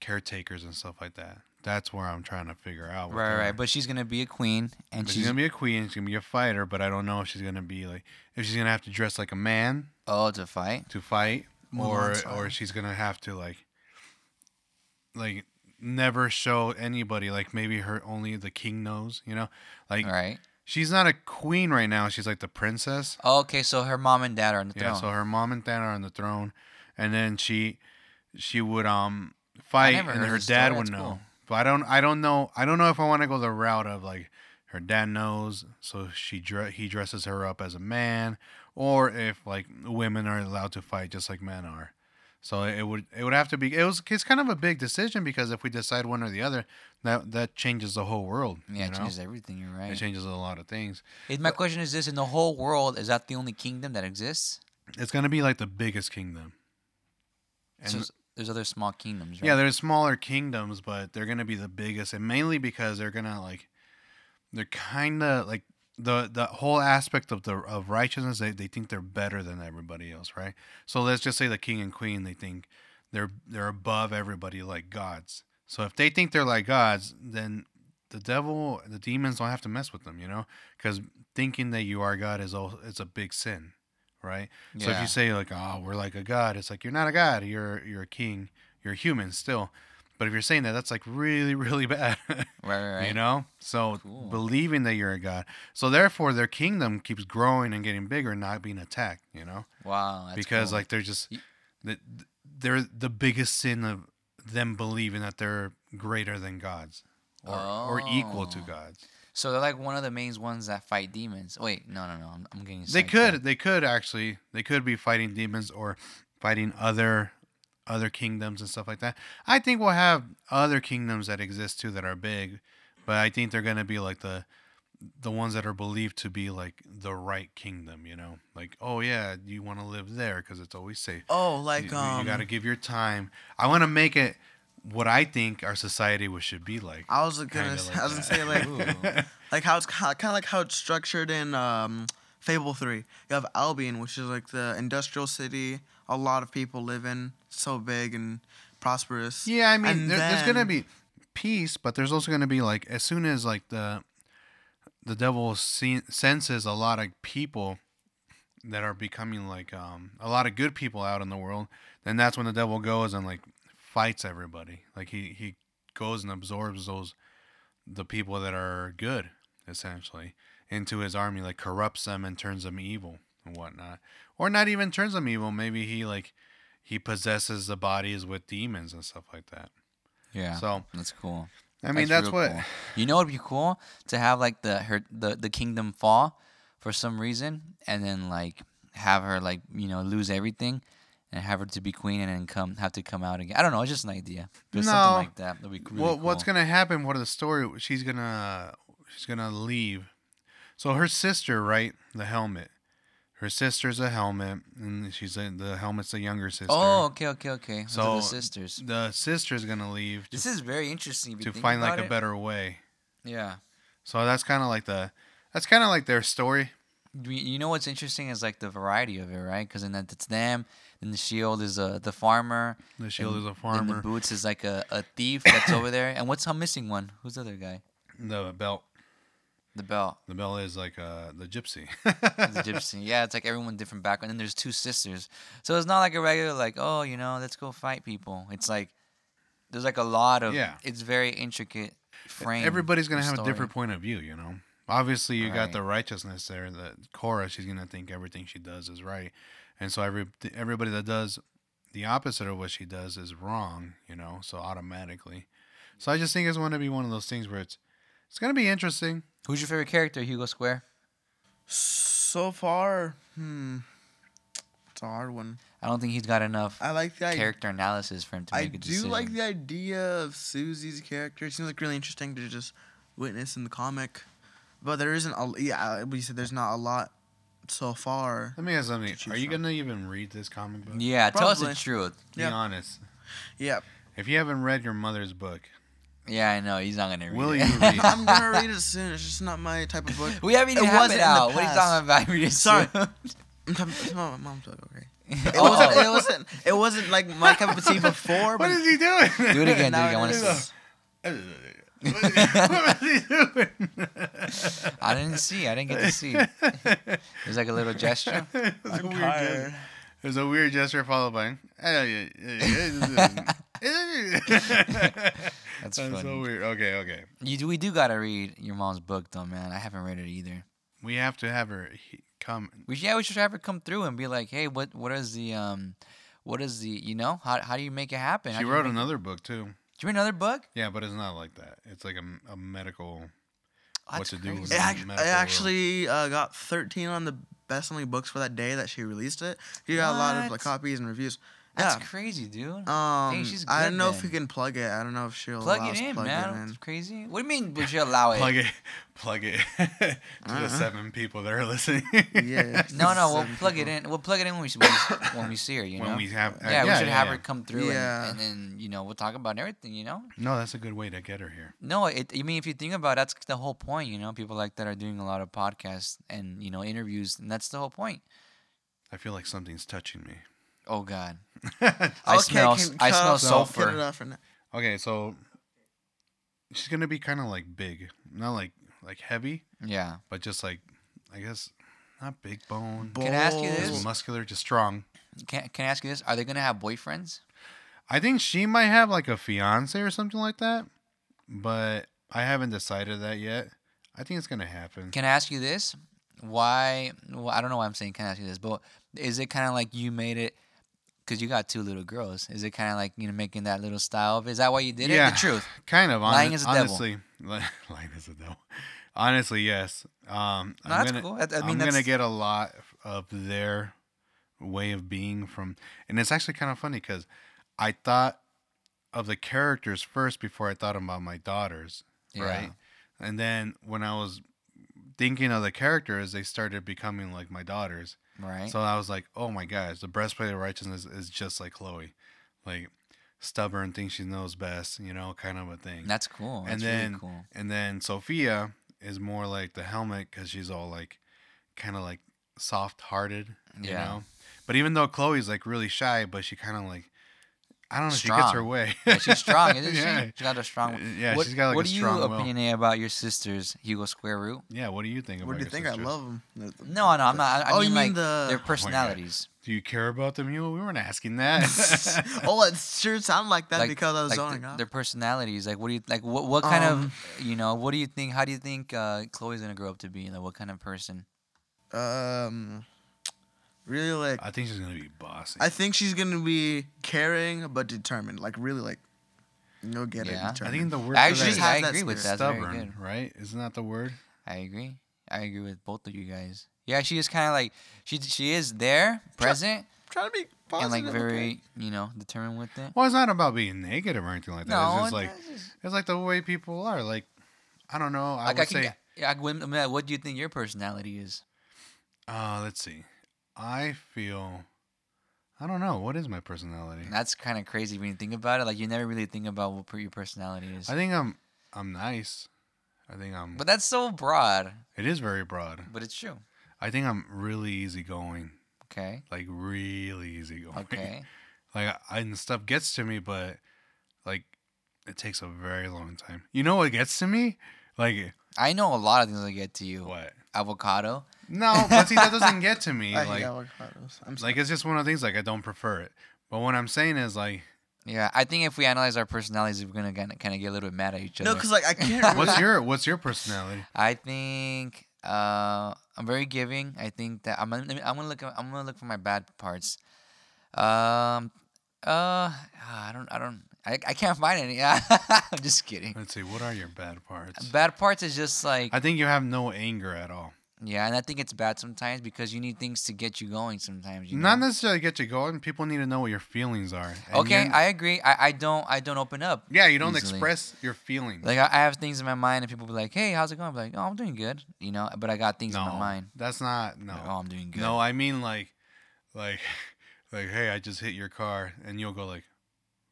Speaker 2: caretakers and stuff like that. That's where I'm trying to figure out. with
Speaker 1: Right,
Speaker 2: her.
Speaker 1: right. But she's gonna be a queen, and
Speaker 2: But
Speaker 1: she's,
Speaker 2: she's gonna be a queen. She's gonna be a fighter, but I don't know if she's gonna be like if she's gonna have to dress like a man
Speaker 1: oh to fight.
Speaker 2: to fight, or
Speaker 3: Mulan's
Speaker 2: or
Speaker 3: fine.
Speaker 2: she's gonna have to like like never show anybody. Like maybe her only the king knows. You know, like
Speaker 1: All right.
Speaker 2: she's not a queen right now. She's like the princess.
Speaker 1: Okay, so her mom and dad are on the
Speaker 2: Yeah.
Speaker 1: throne.
Speaker 2: So her mom and dad are on the throne, and then she she would um
Speaker 1: I
Speaker 2: fight,
Speaker 1: never
Speaker 2: and
Speaker 1: heard
Speaker 2: her
Speaker 1: this story,
Speaker 2: dad would
Speaker 1: that's
Speaker 2: know.
Speaker 1: cool.
Speaker 2: But I don't I don't know I don't know if I want to go the route of like her dad knows, so she dre- he dresses her up as a man, or if like women are allowed to fight just like men are. So it would it would have to be it was it's kind of a big decision because if we decide one or the other that that changes the whole world.
Speaker 1: yeah,
Speaker 2: you
Speaker 1: it
Speaker 2: know?
Speaker 1: changes everything. You're
Speaker 2: It
Speaker 1: right.
Speaker 2: changes a lot of things.
Speaker 1: Is- my question is this: In the whole world, is that the only kingdom that exists?
Speaker 2: It's gonna be like the biggest kingdom.
Speaker 1: So s- there's other small kingdoms, right?
Speaker 2: Yeah, they're smaller kingdoms, but they're gonna be the biggest, and mainly because they're gonna like, they're kind of like the the whole aspect of the of righteousness. They they think they're better than everybody else, right? So let's just say the king and queen. They think they're they're above everybody, like gods. So if they think they're like gods, then the devil, the demons don't have to mess with them, you know, because thinking that you are God is all it's a big sin, right? So if
Speaker 1: Yeah.
Speaker 2: you say like, "Oh, we're like a god," it's like you're not a god. You're you're a king. You're human still. But if you're saying that, that's like really <laughs> really bad.
Speaker 1: right, right, right.
Speaker 2: You know. So
Speaker 1: Cool.
Speaker 2: believing that you're a god. So therefore, their kingdom keeps growing and getting bigger, and not being attacked. You know,
Speaker 1: wow, that's
Speaker 2: because
Speaker 1: cool.
Speaker 2: like they're just
Speaker 1: Y-
Speaker 2: the- they're the biggest sin of them believing that they're greater than gods or or equal to
Speaker 1: Oh.
Speaker 2: gods.
Speaker 1: so they're like one of the main ones that fight demons. Wait, no, no, no, I'm, I'm getting.
Speaker 2: They
Speaker 1: sidetracked.
Speaker 2: could. They could actually. They could be fighting demons or fighting other other kingdoms and stuff like that. I think we'll have other kingdoms that exist too that are big, but I think they're gonna be like the the ones that are believed to be like the right kingdom. You know, like oh yeah, you want to live there because it's always safe.
Speaker 3: Oh,
Speaker 2: You-
Speaker 3: like
Speaker 2: you,
Speaker 3: um,
Speaker 2: got to give your time. I want to make it what I think our society was- should be like.
Speaker 3: I was gonna,
Speaker 2: Kinda
Speaker 3: s-
Speaker 2: like
Speaker 3: I was gonna
Speaker 2: that.
Speaker 3: say
Speaker 2: <laughs>
Speaker 3: like, like how it's kind of like how it's structured in um, Fable Three. You have Albion, which is like the industrial city a lot of people live in, so big and prosperous.
Speaker 2: Yeah, I mean,
Speaker 3: And
Speaker 2: there, there's gonna
Speaker 3: then-
Speaker 2: be peace, but there's also gonna be like as soon as like the the devil sen- senses a lot of people that are becoming like um a lot of good people out in the world, then that's when the devil goes and like fights everybody. Like he he goes and absorbs those the people that are good essentially into his army, like corrupts them and turns them evil and whatnot, or not even turns them evil. Maybe he like he possesses the bodies with demons and stuff like that.
Speaker 1: Yeah.
Speaker 2: So
Speaker 1: that's cool.
Speaker 2: I mean, that's,
Speaker 1: real
Speaker 2: what.
Speaker 1: cool. You know. It'd be cool to have like the her the the kingdom fall for some reason, and then like have her like you know lose everything, and have her to be queen, and then come have to come out again. I don't know. It's just an idea. Just
Speaker 2: No.
Speaker 1: something like that. That'd be really
Speaker 2: well, what's
Speaker 1: cool.
Speaker 2: gonna happen? What is the story? She's gonna she's gonna leave. So her sister, right? The helmet. Her sister's a helmet, and she's a, the helmet's the younger sister.
Speaker 1: Oh, okay, okay, okay. So
Speaker 2: So,
Speaker 1: the sisters.
Speaker 2: the sister's gonna leave to,
Speaker 1: This is very interesting. If you
Speaker 2: to
Speaker 1: think
Speaker 2: find like
Speaker 1: about
Speaker 2: a
Speaker 1: it.
Speaker 2: better way.
Speaker 1: Yeah.
Speaker 2: So that's kind of like the that's kind of like their story.
Speaker 1: We- You know what's interesting is like the variety of it, right? Because then that- it's them. Then the shield is uh, the farmer.
Speaker 2: The shield
Speaker 1: and
Speaker 2: is
Speaker 1: Then
Speaker 2: a
Speaker 1: the
Speaker 2: farmer.
Speaker 1: boots is like a, a thief that's over there. And what's I'm missing one? Who's the other guy?
Speaker 2: The belt.
Speaker 1: The belt.
Speaker 2: The belt is like uh, the gypsy. <laughs>
Speaker 1: the gypsy. Yeah, it's like everyone different background. And there's two sisters, so it's not like a regular like, oh, you know, let's go fight people. It's like there's like a lot of.
Speaker 2: Yeah.
Speaker 1: It's very intricate frame.
Speaker 2: Everybody's gonna
Speaker 1: of
Speaker 2: have a
Speaker 1: story.
Speaker 2: different point of view, you know. Obviously, you got
Speaker 1: Right.
Speaker 2: the righteousness there. That Cora, she's gonna think everything she does is right, and so every everybody that does the opposite of what she does is wrong, you know. So automatically, so I just think it's going to be one of those things where it's it's gonna be interesting.
Speaker 1: Who's your favorite character, Hugo Square?
Speaker 3: So far, hmm, it's a hard one.
Speaker 1: I don't think he's got enough
Speaker 3: I like the idea.
Speaker 1: character analysis for him to
Speaker 3: I
Speaker 1: make a
Speaker 3: do
Speaker 1: decision.
Speaker 3: like the idea of Susie's character. It seems like really interesting to just witness in the comic, but there isn't a yeah. We said there's not a lot so far.
Speaker 2: Let me ask something:
Speaker 3: To choose
Speaker 2: Are you
Speaker 3: from.
Speaker 2: gonna even read this comic book?
Speaker 1: Yeah, tell us the
Speaker 3: Probably.
Speaker 1: truth.
Speaker 2: Be
Speaker 3: Yeah.
Speaker 2: honest.
Speaker 3: Yeah,
Speaker 2: If If you haven't read your mother's book,
Speaker 1: Yeah, I know. He's not gonna read
Speaker 2: Will
Speaker 1: it. <laughs>
Speaker 2: you read it?
Speaker 3: I'm gonna read it soon. It's just not my type of book.
Speaker 1: we haven't even
Speaker 3: It
Speaker 1: have
Speaker 3: wasn't in
Speaker 1: it
Speaker 3: the
Speaker 1: out. What are you
Speaker 3: past.
Speaker 1: talking about? <laughs> We just-
Speaker 3: Sorry. I'm talking it's not my mom's book.
Speaker 1: <laughs>
Speaker 3: Okay. It
Speaker 1: Oh.
Speaker 3: wasn't. It wasn't. It wasn't like my cup of tea before.
Speaker 2: what
Speaker 3: But
Speaker 2: is he doing?
Speaker 1: <laughs>
Speaker 2: <laughs>
Speaker 1: Do it
Speaker 3: <laughs>
Speaker 1: again, dude.
Speaker 3: now
Speaker 1: I want to
Speaker 3: it
Speaker 1: see.
Speaker 3: is.
Speaker 2: <laughs> what is he doing?
Speaker 1: <laughs> I didn't see. I didn't get to
Speaker 3: <laughs>
Speaker 1: see. There's like a little gesture.
Speaker 2: It was a
Speaker 3: I'm
Speaker 2: weird
Speaker 3: tired.
Speaker 2: gesture. It was a weird gesture followed by.
Speaker 1: <laughs>
Speaker 2: <laughs>
Speaker 1: That's
Speaker 2: That's so
Speaker 1: funny.
Speaker 2: weird. Okay, okay.
Speaker 1: You do. We do gotta read your mom's book though, man. I haven't read it either.
Speaker 2: We have to have her he- come.
Speaker 1: We should- yeah, we should have her come through and be like, hey, what what is the um, what is the you know how how do you make it happen? How
Speaker 2: She
Speaker 1: do you
Speaker 2: wrote
Speaker 1: make-
Speaker 2: another book too.
Speaker 1: Did you read another book?
Speaker 2: Yeah, but it's not like that. It's like a, m- a medical.
Speaker 1: Oh,
Speaker 2: What
Speaker 1: that's
Speaker 2: to do with
Speaker 1: crazy.
Speaker 3: It,
Speaker 2: Yeah.
Speaker 3: act-
Speaker 2: Medical
Speaker 3: it
Speaker 2: world.
Speaker 3: actually uh, got 13 on the best selling books for that day that she released it. You got a lot
Speaker 1: What?
Speaker 3: of like, copies and reviews.
Speaker 1: That's
Speaker 3: yeah.
Speaker 1: crazy, dude.
Speaker 3: Um,
Speaker 1: she's
Speaker 3: I
Speaker 1: good
Speaker 3: don't know if we
Speaker 1: then.
Speaker 3: can plug it. I don't know if she'll
Speaker 1: plug
Speaker 3: allow
Speaker 1: it
Speaker 3: us to
Speaker 1: in,
Speaker 3: plug
Speaker 1: man.
Speaker 3: It in.
Speaker 1: That's crazy. What do you mean? Would you allow it?
Speaker 2: Plug it, <laughs> plug it to the
Speaker 1: Uh-huh.
Speaker 3: Uh-uh.
Speaker 2: seven people that are listening.
Speaker 1: <laughs>
Speaker 2: <laughs>
Speaker 3: Yeah.
Speaker 1: No, no, we'll
Speaker 3: <laughs> Seven
Speaker 1: plug
Speaker 3: people.
Speaker 1: it in. We'll plug it in when we s- when we, s- when we see her. You know.
Speaker 2: when we have, uh,
Speaker 1: yeah, we should have
Speaker 2: yeah.
Speaker 1: her come through, and-
Speaker 3: Yeah.
Speaker 1: and, then you know we'll talk about everything. You know.
Speaker 2: No, that's a good way to get her here.
Speaker 1: No, it. I mean, if you think about it, that's the whole point. You know, people like that are doing a lot of podcasts and you know interviews, and that's the whole point.
Speaker 2: I feel like something's touching me. <laughs>
Speaker 1: Oh God, I
Speaker 3: Okay,
Speaker 1: smell.
Speaker 3: can
Speaker 1: s- I
Speaker 3: cut
Speaker 1: smell
Speaker 3: off- cut it
Speaker 1: sulfur.
Speaker 3: off for now.
Speaker 2: okay, so she's gonna be kind of like big, not like like heavy,
Speaker 1: Yeah.
Speaker 2: but just like I guess not big bone,
Speaker 1: Can I ask you
Speaker 3: Balls.
Speaker 2: just
Speaker 1: this?
Speaker 2: muscular, just strong.
Speaker 1: Can Can I ask you this? Are they gonna have boyfriends?
Speaker 2: I think she might have like a fiance or something like that, but I haven't decided that yet. I think it's gonna happen.
Speaker 1: Can I ask you this? Why? Well, I don't know why I'm saying can I ask you this, but is it kind of like you made it? Because you got two little girls. Is it kind of like you know making that little style of? Is that why you did it?
Speaker 2: Yeah.
Speaker 1: The truth.
Speaker 2: kind of
Speaker 1: Lying
Speaker 2: hone-
Speaker 1: is the devil.
Speaker 2: honestly, <laughs> lying is the devil. Honestly, yes. Um,
Speaker 1: No,
Speaker 2: I'm
Speaker 1: that's
Speaker 2: gonna,
Speaker 1: cool. I, I
Speaker 2: I
Speaker 1: mean,
Speaker 2: am
Speaker 1: that's,
Speaker 2: gonna get a lot of their way of being from, and it's actually kind of funny because I thought of the characters first before I thought about my daughters,
Speaker 1: yeah.
Speaker 2: right? And then when I was thinking of the characters, they started becoming like my daughters.
Speaker 1: Right.
Speaker 2: So I was like, oh my gosh, the breastplate of righteousness is just like Chloe, like stubborn, thinks she knows best, you know, kind of a thing.
Speaker 1: that's cool. That's
Speaker 2: and then
Speaker 1: really cool.
Speaker 2: and then Sophia is more like the helmet because she's all like, kind of like soft-hearted, you
Speaker 1: Yeah.
Speaker 2: know. But even though Chloe's like really shy, but she kind of like, I don't know, she gets her
Speaker 1: Strong.
Speaker 2: way.
Speaker 1: Yeah, she's
Speaker 2: <laughs>
Speaker 1: strong, isn't
Speaker 2: yeah.
Speaker 1: she? She's got a strong.
Speaker 2: Yeah,
Speaker 1: what,
Speaker 2: she's got like
Speaker 1: What
Speaker 2: a
Speaker 1: do
Speaker 2: strong
Speaker 1: you
Speaker 2: will.
Speaker 1: opinionate about your sisters, Hugo Square Root?
Speaker 2: Yeah, what do you think about?
Speaker 3: What do you
Speaker 2: your
Speaker 3: think?
Speaker 2: sisters?
Speaker 3: I love them.
Speaker 1: No, no, I'm not. I, I
Speaker 3: oh,
Speaker 1: mean,
Speaker 3: you mean
Speaker 1: like
Speaker 3: the- Oh my
Speaker 1: their
Speaker 3: God.
Speaker 1: personalities.
Speaker 2: Do you care about them? You we weren't asking that.
Speaker 3: <laughs> oh, it sure sounded like that
Speaker 1: like,
Speaker 3: because I was
Speaker 1: like
Speaker 3: zoning
Speaker 1: the-
Speaker 3: out.
Speaker 1: Their personalities. Like, what do you like? What what kind
Speaker 2: Um,
Speaker 1: of you know? What do you think? How do you think uh, Chloe's gonna grow up to be? Like, what kind of person?
Speaker 3: Um, really like.
Speaker 2: I think she's gonna be bossy.
Speaker 3: I think she's gonna be caring but determined. Like really, like no get
Speaker 1: Yeah. I
Speaker 3: it.
Speaker 2: I
Speaker 3: Determined.
Speaker 2: think the word
Speaker 1: Actually,
Speaker 2: for
Speaker 3: just
Speaker 2: that
Speaker 1: I
Speaker 3: has that
Speaker 1: agree with that.
Speaker 2: is
Speaker 3: spirit.
Speaker 1: That's very
Speaker 2: stubborn,
Speaker 1: good.
Speaker 2: right? Isn't that the word?
Speaker 1: I agree. I agree with both of you guys. Yeah, she is kind of like she she is there, present,
Speaker 3: trying to be
Speaker 1: and
Speaker 3: positive.
Speaker 1: like
Speaker 3: okay?
Speaker 1: very you know determined with it.
Speaker 2: Well, it's not about being negative or anything like that.
Speaker 1: No,
Speaker 2: it's just
Speaker 1: it-
Speaker 2: like
Speaker 1: that's just-
Speaker 2: it's like the way people are. Like I don't know. I
Speaker 1: like
Speaker 2: would
Speaker 1: I can.
Speaker 2: say.
Speaker 1: yeah, I would- I mean, what do you think your personality is?
Speaker 2: Uh, let's see. I feel. I don't know. What is my personality?
Speaker 1: And that's kind of crazy when you think about it. Like you never really think about what per- your personality is.
Speaker 2: I think I'm. I'm nice. I think I'm.
Speaker 1: but that's so broad.
Speaker 2: it is very broad.
Speaker 1: But it's true.
Speaker 2: I think I'm really easygoing.
Speaker 1: Okay.
Speaker 2: Like really easygoing. <laughs>
Speaker 1: Okay.
Speaker 2: Like I, and stuff gets to me, but like it takes a very long time. You know what gets to me? Like
Speaker 1: I know a lot of things that get to you.
Speaker 2: what?
Speaker 1: Avocado.
Speaker 2: No, but see that doesn't get
Speaker 1: <laughs>
Speaker 2: to me.
Speaker 3: I
Speaker 2: like
Speaker 3: hate avocados. I'm sorry.
Speaker 2: like it's just one of the things. Like I don't prefer it. But what I'm saying is like,
Speaker 1: Yeah, I think if we analyze our personalities, we're gonna kind of get a little bit mad at each other.
Speaker 3: no, because like
Speaker 1: <laughs>
Speaker 3: I can't.
Speaker 2: what's
Speaker 3: really-
Speaker 2: your what's your personality?
Speaker 1: I think uh, I'm very giving. I think that I'm gonna, let me- I'm gonna look I'm gonna look for my bad parts. Um, uh, I don't I don't I, I can't find any. <laughs> I'm just kidding.
Speaker 2: Let's see. What are your bad parts?
Speaker 1: Bad parts is just like
Speaker 2: I think you have no anger at all.
Speaker 1: yeah, and I think it's bad sometimes because you need things to get you going sometimes. You
Speaker 2: Not
Speaker 1: know?
Speaker 2: necessarily get you going. People need to know what your feelings are. And
Speaker 1: Okay,
Speaker 2: you're-
Speaker 1: I agree. I, I don't I don't open up.
Speaker 2: yeah, you don't
Speaker 1: easily.
Speaker 2: express your feelings.
Speaker 1: Like I, I have things in my mind, and people be like, "Hey, how's it going?" I'm like, "Oh, I'm doing good," you know. But I got things
Speaker 2: no,
Speaker 1: in my mind.
Speaker 2: that's not no.
Speaker 1: Like, oh, I'm doing good.
Speaker 2: No, <laughs> I mean like, like, like. Hey, I just hit your car, and you'll go like,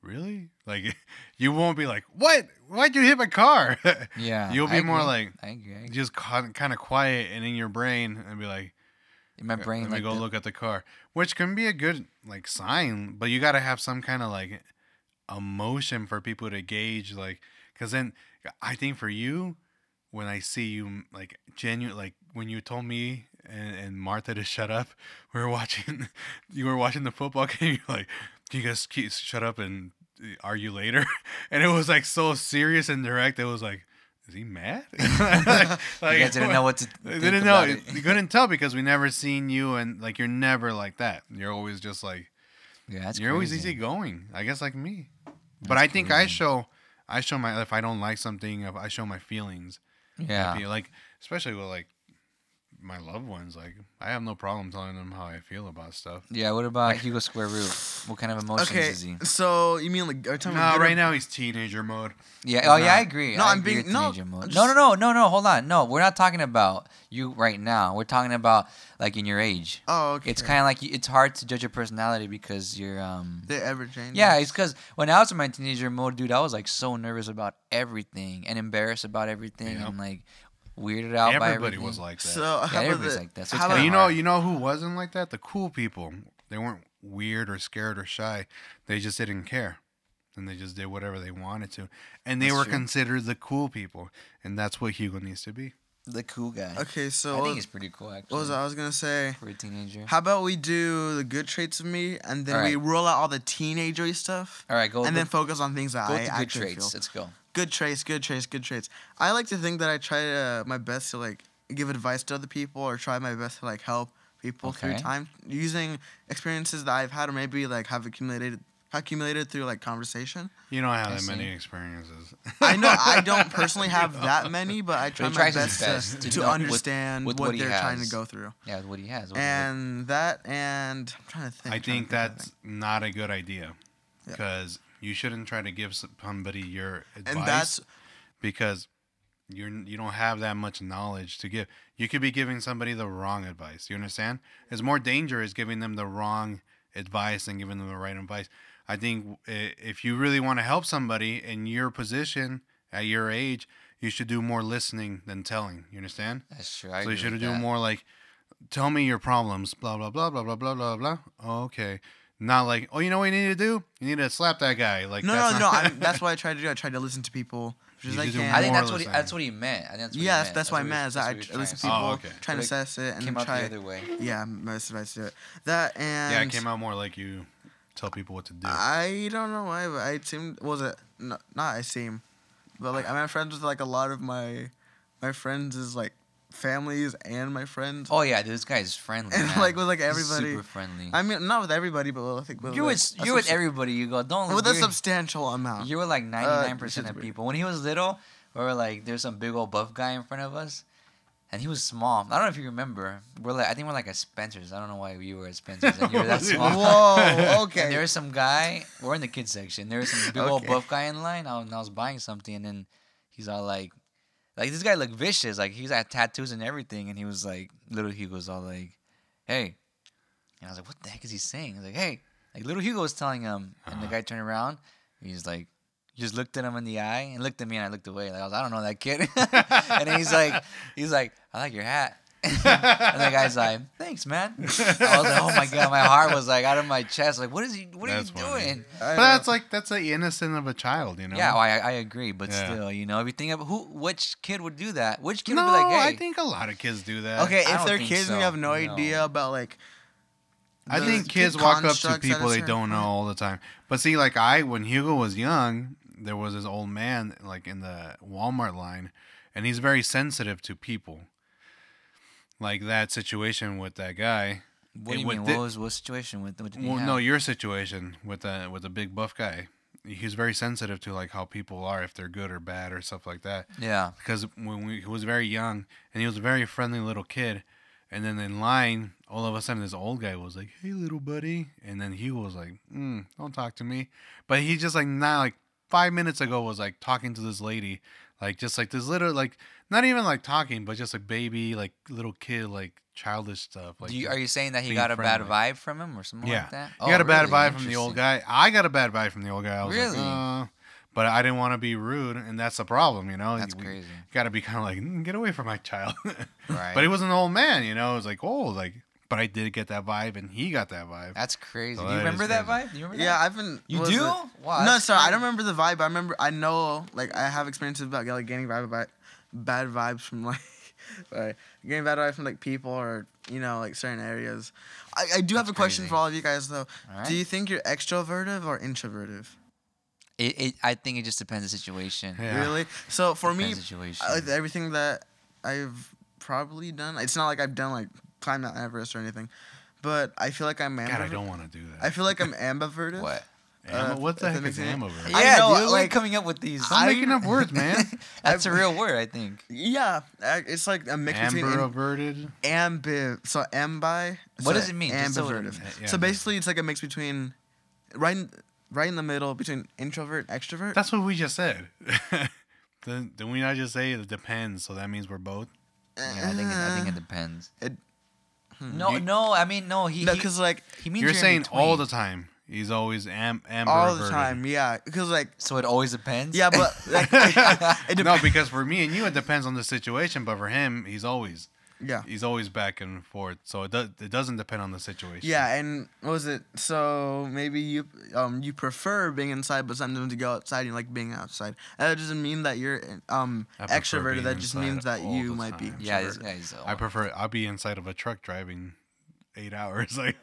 Speaker 2: really? Like, <laughs> you won't be like, what? Why'd you hit my car? <laughs>
Speaker 1: Yeah.
Speaker 2: You'll be
Speaker 1: I
Speaker 2: more
Speaker 1: agree.
Speaker 2: like,
Speaker 1: I agree. I agree.
Speaker 2: just kind of quiet and in your brain and be like,
Speaker 1: In my
Speaker 2: Yeah,
Speaker 1: brain,
Speaker 2: Let me
Speaker 1: like
Speaker 2: go
Speaker 1: the-
Speaker 2: look at the car, which can be a good like sign, but you gotta have some kind of like emotion for people to gauge, like, cause then I think for you, when I see you like genuine, like when you told me and, and Martha to shut up, <laughs> we were watching, you were watching the football <laughs> game, you're like, can you guys keep shut up and argue later? <laughs> And it was like so serious and direct. It was like. Is he mad? <laughs> like,
Speaker 1: <laughs> <laughs> you guys didn't know
Speaker 2: <laughs>
Speaker 1: what to.
Speaker 2: I
Speaker 1: think
Speaker 2: didn't know.
Speaker 1: about
Speaker 2: You
Speaker 1: it. <laughs>
Speaker 2: couldn't tell because we never seen you, and like you're never like that. You're always just like
Speaker 1: Yeah, that's
Speaker 2: you're always
Speaker 1: crazy.
Speaker 2: easygoing. I guess like me, but I think I
Speaker 1: crazy.
Speaker 2: show, I show my if I don't like something, if I show my feelings.
Speaker 1: Yeah.
Speaker 2: Be Like especially with like my loved ones, like I have no problem telling them how I feel about stuff.
Speaker 1: Yeah, what about Hugo Square Root? What kind of emotions
Speaker 3: Okay,
Speaker 1: is he?
Speaker 3: so you mean like are you talking
Speaker 2: No,
Speaker 3: about good or-
Speaker 2: right now he's teenager mode.
Speaker 1: Yeah, oh yeah, I
Speaker 2: not-
Speaker 1: agree.
Speaker 3: No,
Speaker 1: I
Speaker 3: I'm
Speaker 1: agree
Speaker 3: being-
Speaker 1: with
Speaker 3: no,
Speaker 1: teenager mode.
Speaker 3: I'm
Speaker 1: no, no,
Speaker 3: just-
Speaker 1: no, no, no. Hold on. No, we're not talking about you right now. We're talking about like in your age.
Speaker 3: Oh, okay.
Speaker 1: It's kind of like you- it's hard to judge your personality because you're um
Speaker 3: they ever change.
Speaker 1: Yeah, it's because when I was in my teenager mode, dude, I was like so nervous about everything and embarrassed about everything
Speaker 2: Yeah.
Speaker 1: and like weirded out by
Speaker 2: Everybody
Speaker 1: everything.
Speaker 2: was like that.
Speaker 3: So how about
Speaker 1: everybody's
Speaker 3: the,
Speaker 1: like that, so it's
Speaker 3: how
Speaker 1: kinda
Speaker 2: But
Speaker 3: about,
Speaker 2: you know,
Speaker 1: hard.
Speaker 2: you know who wasn't like that? The cool people. They weren't weird or scared or shy. They just didn't care, and they just did whatever they wanted to, and they
Speaker 1: That's
Speaker 2: were
Speaker 1: true.
Speaker 2: considered the cool people, and that's what Hugo needs to be.
Speaker 1: the cool guy.
Speaker 3: okay, so
Speaker 1: I
Speaker 3: what,
Speaker 1: think he's pretty cool actually.
Speaker 3: what was I was gonna say?
Speaker 1: For a teenager.
Speaker 3: How about we do the good traits of me, and then we
Speaker 1: Alright.
Speaker 3: roll out all the teenagery stuff,
Speaker 1: All right, go.
Speaker 3: and
Speaker 1: go,
Speaker 3: then focus on things that
Speaker 1: go
Speaker 3: I
Speaker 1: to good
Speaker 3: actually
Speaker 1: traits.
Speaker 3: feel.
Speaker 1: Let's go.
Speaker 3: Good traits, good traits, good traits. I like to think that I try uh, my best to like give advice to other people, or try my best to like help people through
Speaker 1: Okay.
Speaker 3: time using experiences that I've had, or maybe like have accumulated accumulated through like conversation.
Speaker 2: You don't have
Speaker 1: I
Speaker 2: that many
Speaker 1: see.
Speaker 3: <laughs>
Speaker 2: experiences.
Speaker 3: I know
Speaker 1: <laughs>
Speaker 3: I don't personally have that many, but I try
Speaker 1: he
Speaker 3: my
Speaker 1: tries his
Speaker 3: best,
Speaker 1: best
Speaker 3: to,
Speaker 1: to
Speaker 3: to
Speaker 1: know what-
Speaker 3: understand
Speaker 1: with
Speaker 3: what,
Speaker 1: what he
Speaker 3: they're trying to
Speaker 1: has.
Speaker 3: go through.
Speaker 1: Yeah, what he has. What-
Speaker 3: And that, and I'm trying to think.
Speaker 2: I
Speaker 3: I'm trying to
Speaker 2: think
Speaker 3: of
Speaker 2: that's not a good idea,
Speaker 3: Yeah.
Speaker 2: because you shouldn't try to give somebody your advice.
Speaker 3: something. and that's
Speaker 2: because you're you don't have that much knowledge to give. You could be giving somebody the wrong advice. You understand? It's more dangerous giving them the wrong advice than giving them the right advice. I think i- if you really want to help somebody in your position at your age, you should do more listening than telling. You understand?
Speaker 1: That's true. I
Speaker 2: so you
Speaker 1: agree
Speaker 2: should
Speaker 1: with
Speaker 2: do
Speaker 1: that.
Speaker 2: more like, tell me your problems, blah blah blah blah blah blah blah blah. Okay, not like, oh, you know what you need to do? You need to slap that guy. Like
Speaker 3: no,
Speaker 2: that's
Speaker 3: no, no.
Speaker 2: not- <laughs>
Speaker 3: I'm, that's what I try to do. I try to listen to people. Just
Speaker 2: You
Speaker 3: like,
Speaker 2: should do
Speaker 3: yeah,
Speaker 1: I think
Speaker 2: more
Speaker 1: that's what he,
Speaker 2: listening.
Speaker 1: that's what he meant. I think that's what he
Speaker 3: yes,
Speaker 1: meant.
Speaker 3: that's, why what I
Speaker 1: he
Speaker 3: meant.
Speaker 1: was-
Speaker 3: Is that I
Speaker 1: what he
Speaker 3: tr-
Speaker 1: was
Speaker 3: listen to
Speaker 1: trying
Speaker 3: people,
Speaker 1: say.
Speaker 2: Oh, okay.
Speaker 3: trying to
Speaker 1: But it
Speaker 3: assess it, and
Speaker 1: Came out
Speaker 3: try.
Speaker 1: the other way.
Speaker 3: Yeah, most advice to it. That and
Speaker 2: yeah, it came out more like you tell people what to do.
Speaker 3: I don't know why, but I seemed was it no, not I seem, but like I'm friends with like a lot of my my friends is like families and my friends.
Speaker 1: Oh yeah, dude, this guy is friendly.
Speaker 3: And,
Speaker 1: man.
Speaker 3: like, with, like,
Speaker 1: He's
Speaker 3: everybody.
Speaker 1: super friendly.
Speaker 3: I mean, not with everybody, but with, like with
Speaker 1: you're
Speaker 3: like,
Speaker 1: with
Speaker 3: a
Speaker 1: you're with
Speaker 3: subs-
Speaker 1: everybody. You go don't.
Speaker 3: with a
Speaker 1: you're-
Speaker 3: substantial amount.
Speaker 1: You were like 99%
Speaker 3: it's
Speaker 1: of
Speaker 3: Uh, weird.
Speaker 1: people. When he was little, we were like, there's some big old buff guy in front of us, and he was small. I don't know if you remember. We're like, I think we're like at Spencer's. I don't know why we were at Spencer's. And you were
Speaker 3: <laughs>
Speaker 1: that small. <laughs>
Speaker 3: Whoa,
Speaker 1: And there
Speaker 3: okay.
Speaker 1: was some guy. We're in the kids section. There was some big old
Speaker 3: Okay.
Speaker 1: buff guy in line. I was, I was buying something, and then he's all like, like this guy looked vicious. Like he's had tattoos and everything, and he was like, little Hugo's all like, hey, and I was like, what the heck is he saying? He's like, hey, like little Hugo was telling him,
Speaker 2: Uh-huh.
Speaker 1: and the guy turned around. and He's like. he Just looked at him in the eye and looked at me, and I looked away. Like I was, I don't know that kid. <laughs> and then he's like, he's like, I like your hat. <laughs> And the guy's like, "Thanks, man." I was like, "Oh my god!" My heart was like out of my chest. Like, what is he? What
Speaker 2: That's
Speaker 1: are you
Speaker 2: funny.
Speaker 1: doing?
Speaker 3: I
Speaker 2: But
Speaker 3: know.
Speaker 2: that's like that's the innocent of a child, you know.
Speaker 1: Yeah, well, I, I agree, but
Speaker 2: Yeah.
Speaker 1: still, you know, if you think of who, which kid would do that? Which kid
Speaker 2: no,
Speaker 1: would be like, "Hey,
Speaker 2: I think a lot of kids do that.
Speaker 3: okay,
Speaker 1: I
Speaker 3: if
Speaker 1: don't
Speaker 3: they're
Speaker 1: think
Speaker 3: kids, and
Speaker 1: so.
Speaker 3: you have no,
Speaker 1: No.
Speaker 3: idea about like.
Speaker 2: I
Speaker 3: the
Speaker 2: think
Speaker 3: kid
Speaker 2: kids walk up to
Speaker 3: constructs at a
Speaker 2: people they
Speaker 3: certain
Speaker 2: don't know
Speaker 3: point.
Speaker 2: all the time. But see, like I, when Hugo was young, there was this old man like in the Walmart line, and he's very sensitive to people. Like that situation with that guy.
Speaker 1: what do
Speaker 2: it
Speaker 1: you
Speaker 2: would
Speaker 1: mean?
Speaker 2: thi-
Speaker 1: what was what situation with? What did he
Speaker 2: Well,
Speaker 1: have?
Speaker 2: no, your situation with the with the big buff guy. He's very sensitive to like how people are, if they're good or bad or stuff like that.
Speaker 1: yeah,
Speaker 2: because when we, he was very young and he was a very friendly little kid and then in line all of a sudden this old guy was like hey little buddy and then he was like mm, don't talk to me but he just like now like five minutes ago was like talking to this lady like just like this little like not even like talking but just a baby like little kid like childish stuff. Like
Speaker 1: Do you, are you saying that he
Speaker 2: being
Speaker 1: got a bad
Speaker 2: friendly.
Speaker 1: vibe from him or something
Speaker 2: Yeah.
Speaker 1: like that? Oh,
Speaker 2: You got a bad
Speaker 1: really?
Speaker 2: vibe from the old
Speaker 1: Interesting.
Speaker 2: guy. I got a bad vibe from the old guy. I was
Speaker 1: Really?
Speaker 2: like, uh, but I didn't want to be rude, and that's the problem, you know.
Speaker 1: That's
Speaker 2: We
Speaker 1: crazy.
Speaker 2: Got to be kind of like, "Mm, get away from my child. <laughs>
Speaker 1: Right.
Speaker 2: But he was an old man, you know. It was like, oh, like. But I did get that vibe, and he got that vibe.
Speaker 1: That's crazy.
Speaker 2: Oh,
Speaker 1: Do you
Speaker 2: that is
Speaker 1: remember that
Speaker 2: crazy.
Speaker 1: vibe? Do you remember
Speaker 3: Yeah,
Speaker 1: that?
Speaker 3: I've been.
Speaker 1: You
Speaker 3: what was
Speaker 1: do?
Speaker 3: it?
Speaker 1: Wow,
Speaker 3: no,
Speaker 1: that's
Speaker 3: sorry, I
Speaker 1: crazy.
Speaker 3: don't remember the vibe. I remember. I know. Like I have experiences about like getting bad vibe, bad vibes from <laughs> like, like getting bad vibes from like people or you know like certain areas. I, I do have a
Speaker 1: That's
Speaker 3: question
Speaker 1: crazy.
Speaker 3: for all of you guys though.
Speaker 1: All right.
Speaker 3: Do you think you're extroverted or introverted?
Speaker 1: It, it, I think it just depends on the situation.
Speaker 2: Yeah.
Speaker 3: Really? So for me,
Speaker 1: Depends on the
Speaker 3: I-
Speaker 1: situation.
Speaker 3: everything that I've probably done, it's not like I've done like climbed Mount Everest or anything, but I feel like I'm ambiverted.
Speaker 2: God, I don't want to do that.
Speaker 3: I feel like I'm ambiverted.
Speaker 1: What?
Speaker 2: Am-
Speaker 3: uh,
Speaker 2: what the
Speaker 3: if it
Speaker 2: heck
Speaker 3: makes
Speaker 2: is
Speaker 3: any-
Speaker 2: amber?
Speaker 3: I
Speaker 1: yeah,
Speaker 3: know,
Speaker 1: dude, like,
Speaker 3: like,
Speaker 1: making up with these.
Speaker 2: Stop making up words, man.
Speaker 1: That's a real word, I think.
Speaker 3: Yeah, I- it's like a mix between
Speaker 2: amber
Speaker 3: in-
Speaker 2: averted.
Speaker 3: ambiv. So ambi.
Speaker 1: What
Speaker 3: so
Speaker 1: does it mean? Just so it-
Speaker 3: Ambiverted.
Speaker 2: Yeah,
Speaker 3: so
Speaker 2: ambiverted.
Speaker 3: basically, it's like a mix between right, in, right in the middle between introvert, extrovert.
Speaker 2: That's what we just said. <laughs> Didn't didn't we not just say it depends? So that means we're both.
Speaker 1: Yeah, I think it, I
Speaker 2: <laughs>
Speaker 1: think it depends. Hmm.
Speaker 3: It-
Speaker 1: no,
Speaker 2: hmm, You-
Speaker 1: no, I mean no. He
Speaker 3: no,
Speaker 1: he-
Speaker 3: because like
Speaker 1: he means
Speaker 2: You're
Speaker 1: in
Speaker 2: saying all the
Speaker 1: between.
Speaker 2: time. He's always am amber.
Speaker 3: all the time, yeah. Because like
Speaker 1: So it always depends.
Speaker 3: yeah, but
Speaker 1: <laughs>
Speaker 3: like, <laughs> it
Speaker 2: <laughs>
Speaker 3: depends.
Speaker 2: no,
Speaker 3: <laughs>
Speaker 2: because for me and you, it depends on the situation. But for him, he's always
Speaker 3: yeah.
Speaker 2: he's always back and forth. So it does it doesn't depend on the situation.
Speaker 3: Yeah, and what was it? So maybe you um you prefer being inside, but sometimes you go outside and you like being outside. And that doesn't mean that you're um
Speaker 2: I prefer
Speaker 3: extroverted.
Speaker 2: being
Speaker 3: That just
Speaker 2: inside
Speaker 3: means that
Speaker 2: all
Speaker 3: you
Speaker 2: the
Speaker 3: might be.
Speaker 2: time.
Speaker 1: yeah. This
Speaker 3: introverted.
Speaker 1: guy's.
Speaker 2: I prefer. I'll be inside of a truck driving eight hours. <laughs> Like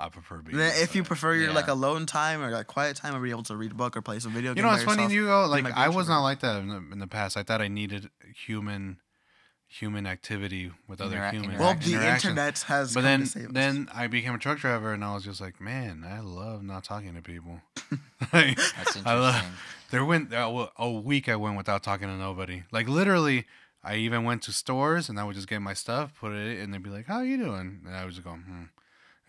Speaker 2: I prefer being.
Speaker 3: Then if you
Speaker 2: inside.
Speaker 3: prefer your like
Speaker 1: Yeah.
Speaker 3: alone time or like quiet time, or be able to read a book or play some video.
Speaker 2: you
Speaker 3: game
Speaker 2: know,
Speaker 3: by
Speaker 2: it's funny.
Speaker 3: yourself,
Speaker 2: You go
Speaker 3: might
Speaker 2: like
Speaker 3: be
Speaker 2: I was not
Speaker 3: introverted.
Speaker 2: like that in the, in the past. I thought I needed human human activity with other
Speaker 1: Interac-
Speaker 2: humans.
Speaker 3: Well,
Speaker 1: like
Speaker 3: the
Speaker 2: Interaction.
Speaker 3: internet has.
Speaker 2: But
Speaker 3: come
Speaker 2: then,
Speaker 3: to save us.
Speaker 2: then I became a truck driver, and I was just like, man, I love not talking to
Speaker 3: <laughs>
Speaker 2: people. <laughs> Like,
Speaker 1: That's
Speaker 2: <laughs> I love.
Speaker 1: interesting.
Speaker 2: There went uh, well, a week. I went without talking to nobody. Like literally, I even went to stores, and I would just get my stuff, put it, and they'd be like, "How you doing?" And I was just going, "Hmm."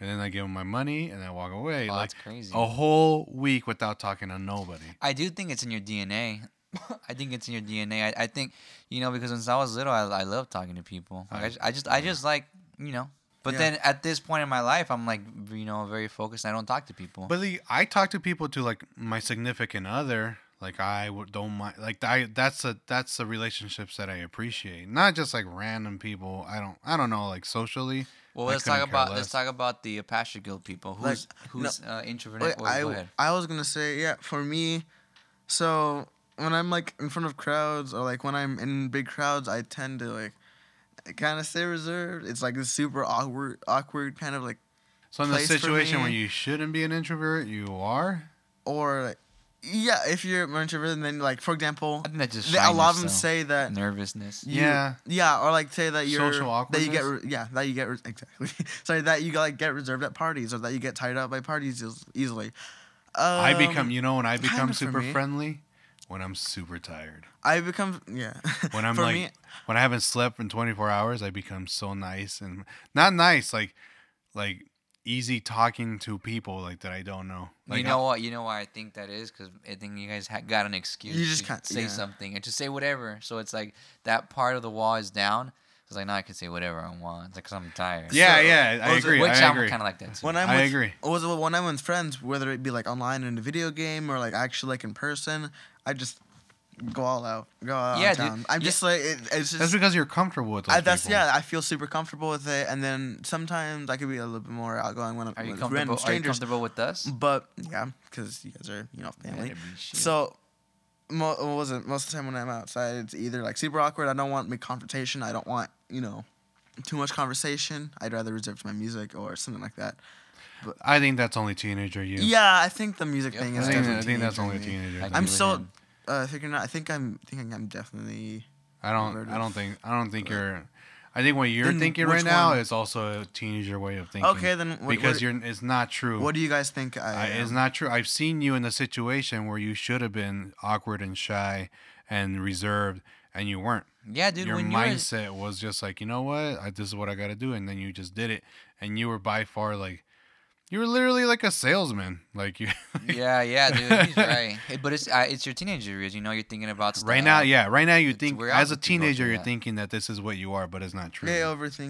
Speaker 2: And then I give them my money, and I walk away.
Speaker 1: Oh,
Speaker 2: like
Speaker 1: that's crazy.
Speaker 2: a whole week without talking to nobody.
Speaker 1: I do think it's in your DNA. <laughs> I think it's in your DNA. I, I think you know because since I was little, I, I love talking to people. Like, I, just, I just I just like you know. But
Speaker 3: Yeah.
Speaker 1: then at this point in my life, I'm like you know very focused. I don't talk to people.
Speaker 2: But the, I talk to people to like my significant other. Like I w- don't mind. Like I that's a that's the relationships that I appreciate. Not just like random people. I don't I don't know like socially.
Speaker 1: well,
Speaker 2: I
Speaker 1: let's talk
Speaker 2: couldn't care
Speaker 1: about
Speaker 2: less.
Speaker 1: let's talk about the Apache Guild people.
Speaker 3: Like,
Speaker 1: Who's
Speaker 3: no,
Speaker 1: who's uh, introverted?
Speaker 3: Wait,
Speaker 1: Wait, go
Speaker 3: I,
Speaker 1: ahead.
Speaker 3: I was gonna say yeah for me so when i'm like in front of crowds or like when i'm in big crowds i tend to like kind of stay reserved it's like this super awkward awkward kind of like
Speaker 2: So in the
Speaker 3: Place for
Speaker 2: situation where
Speaker 3: me.
Speaker 2: you shouldn't be an introvert, you are.
Speaker 3: or like yeah if you're more introverted then like for example
Speaker 1: I think that just
Speaker 3: they, a lot of
Speaker 1: shyness,
Speaker 3: them
Speaker 1: though.
Speaker 3: say that
Speaker 1: nervousness.
Speaker 3: you-
Speaker 2: Yeah.
Speaker 3: yeah or like say that you're
Speaker 2: Social
Speaker 3: that you get
Speaker 2: awkwardness?
Speaker 3: re- yeah that you get re- exactly <laughs> sorry that you like get reserved at parties or that you get tied up by parties eas- easily
Speaker 2: I
Speaker 3: Um,
Speaker 2: become you know when I become
Speaker 3: kinda for
Speaker 2: super
Speaker 3: me.
Speaker 2: friendly when I'm super tired.
Speaker 3: i become yeah <laughs>
Speaker 2: When I'm
Speaker 3: for
Speaker 2: like
Speaker 3: me,
Speaker 2: when I haven't slept in 24 hours, I become so nice and not nice like like easy talking to people like that I don't know. Like
Speaker 1: you know what? You know why I think that is because I think you guys ha- got an excuse.
Speaker 3: You just
Speaker 1: to
Speaker 3: can't-
Speaker 1: say
Speaker 3: yeah.
Speaker 1: something and to say whatever. So it's like that part of the wall is down. It's like now I can say whatever I want. It's like i I'm tired.
Speaker 2: Yeah,
Speaker 3: So,
Speaker 2: yeah, I
Speaker 3: what was it-
Speaker 2: agree.
Speaker 1: Which
Speaker 2: I
Speaker 1: I'm
Speaker 2: agree.
Speaker 1: kind of like that too.
Speaker 3: when I'm
Speaker 2: I
Speaker 3: with,
Speaker 2: agree.
Speaker 3: Was it when I'm with friends, whether it be like online in a video game or like actually like in person, I just go all out, go all
Speaker 1: Yeah,
Speaker 3: out
Speaker 1: dude.
Speaker 3: town. I'm
Speaker 1: Yeah.
Speaker 3: just like it, it's
Speaker 2: That's
Speaker 3: just.
Speaker 2: because you're comfortable with those
Speaker 3: I, that's
Speaker 2: people.
Speaker 3: yeah. I feel super comfortable with it, and then sometimes I could be a little bit more outgoing when I'm
Speaker 1: Are you
Speaker 3: with random
Speaker 1: comfortable? Are you
Speaker 3: strangers.
Speaker 1: comfortable with us?
Speaker 3: But yeah, because you guys are you know family.
Speaker 1: Better be shit.
Speaker 3: So, mo- what was it most of the time when I'm outside, it's either like super awkward. I don't want big confrontation. I don't want you know too much conversation. I'd rather reserve to my music or something like that.
Speaker 2: I think that's only teenager you.
Speaker 3: Yeah, I think the music
Speaker 1: Yep.
Speaker 3: thing
Speaker 2: I
Speaker 3: is
Speaker 1: it's
Speaker 2: think,
Speaker 3: definitely.
Speaker 2: I think that's
Speaker 3: teenager
Speaker 2: only
Speaker 3: me.
Speaker 2: teenager.
Speaker 1: I
Speaker 2: thing.
Speaker 1: agree
Speaker 3: I'm
Speaker 1: with
Speaker 3: still
Speaker 1: him.
Speaker 3: uh, figuring out. I think I'm thinking I'm definitely.
Speaker 2: I don't.
Speaker 3: Converted.
Speaker 2: I don't think. I don't think you're. I think what you're
Speaker 3: Then
Speaker 2: thinking
Speaker 3: which
Speaker 2: right now
Speaker 3: one?
Speaker 2: is also a teenager way of thinking.
Speaker 3: Okay, then what-
Speaker 2: because
Speaker 3: what-
Speaker 2: you're, it's not true.
Speaker 3: What do you guys think?
Speaker 2: I,
Speaker 3: I, am?
Speaker 2: it's not true. I've seen you in the situation where you should have been awkward and shy and reserved, and you weren't.
Speaker 1: Yeah, dude.
Speaker 2: Your
Speaker 1: when you
Speaker 2: mindset was just like, you know what? I, this is what I got to do, and then you just did it, and you were by far like You were literally like a salesman. Like you. <laughs>
Speaker 1: yeah, yeah, dude, he's right. Hey, But it's uh, it's your teenager years. You know, you're thinking about stuff.
Speaker 2: Right now, yeah. Right now, you
Speaker 1: It's
Speaker 2: think
Speaker 1: weird
Speaker 2: as a
Speaker 1: that people go
Speaker 2: teenager,
Speaker 1: through
Speaker 2: you're
Speaker 1: that.
Speaker 2: thinking that this is what you are, but it's not true.
Speaker 3: Hey,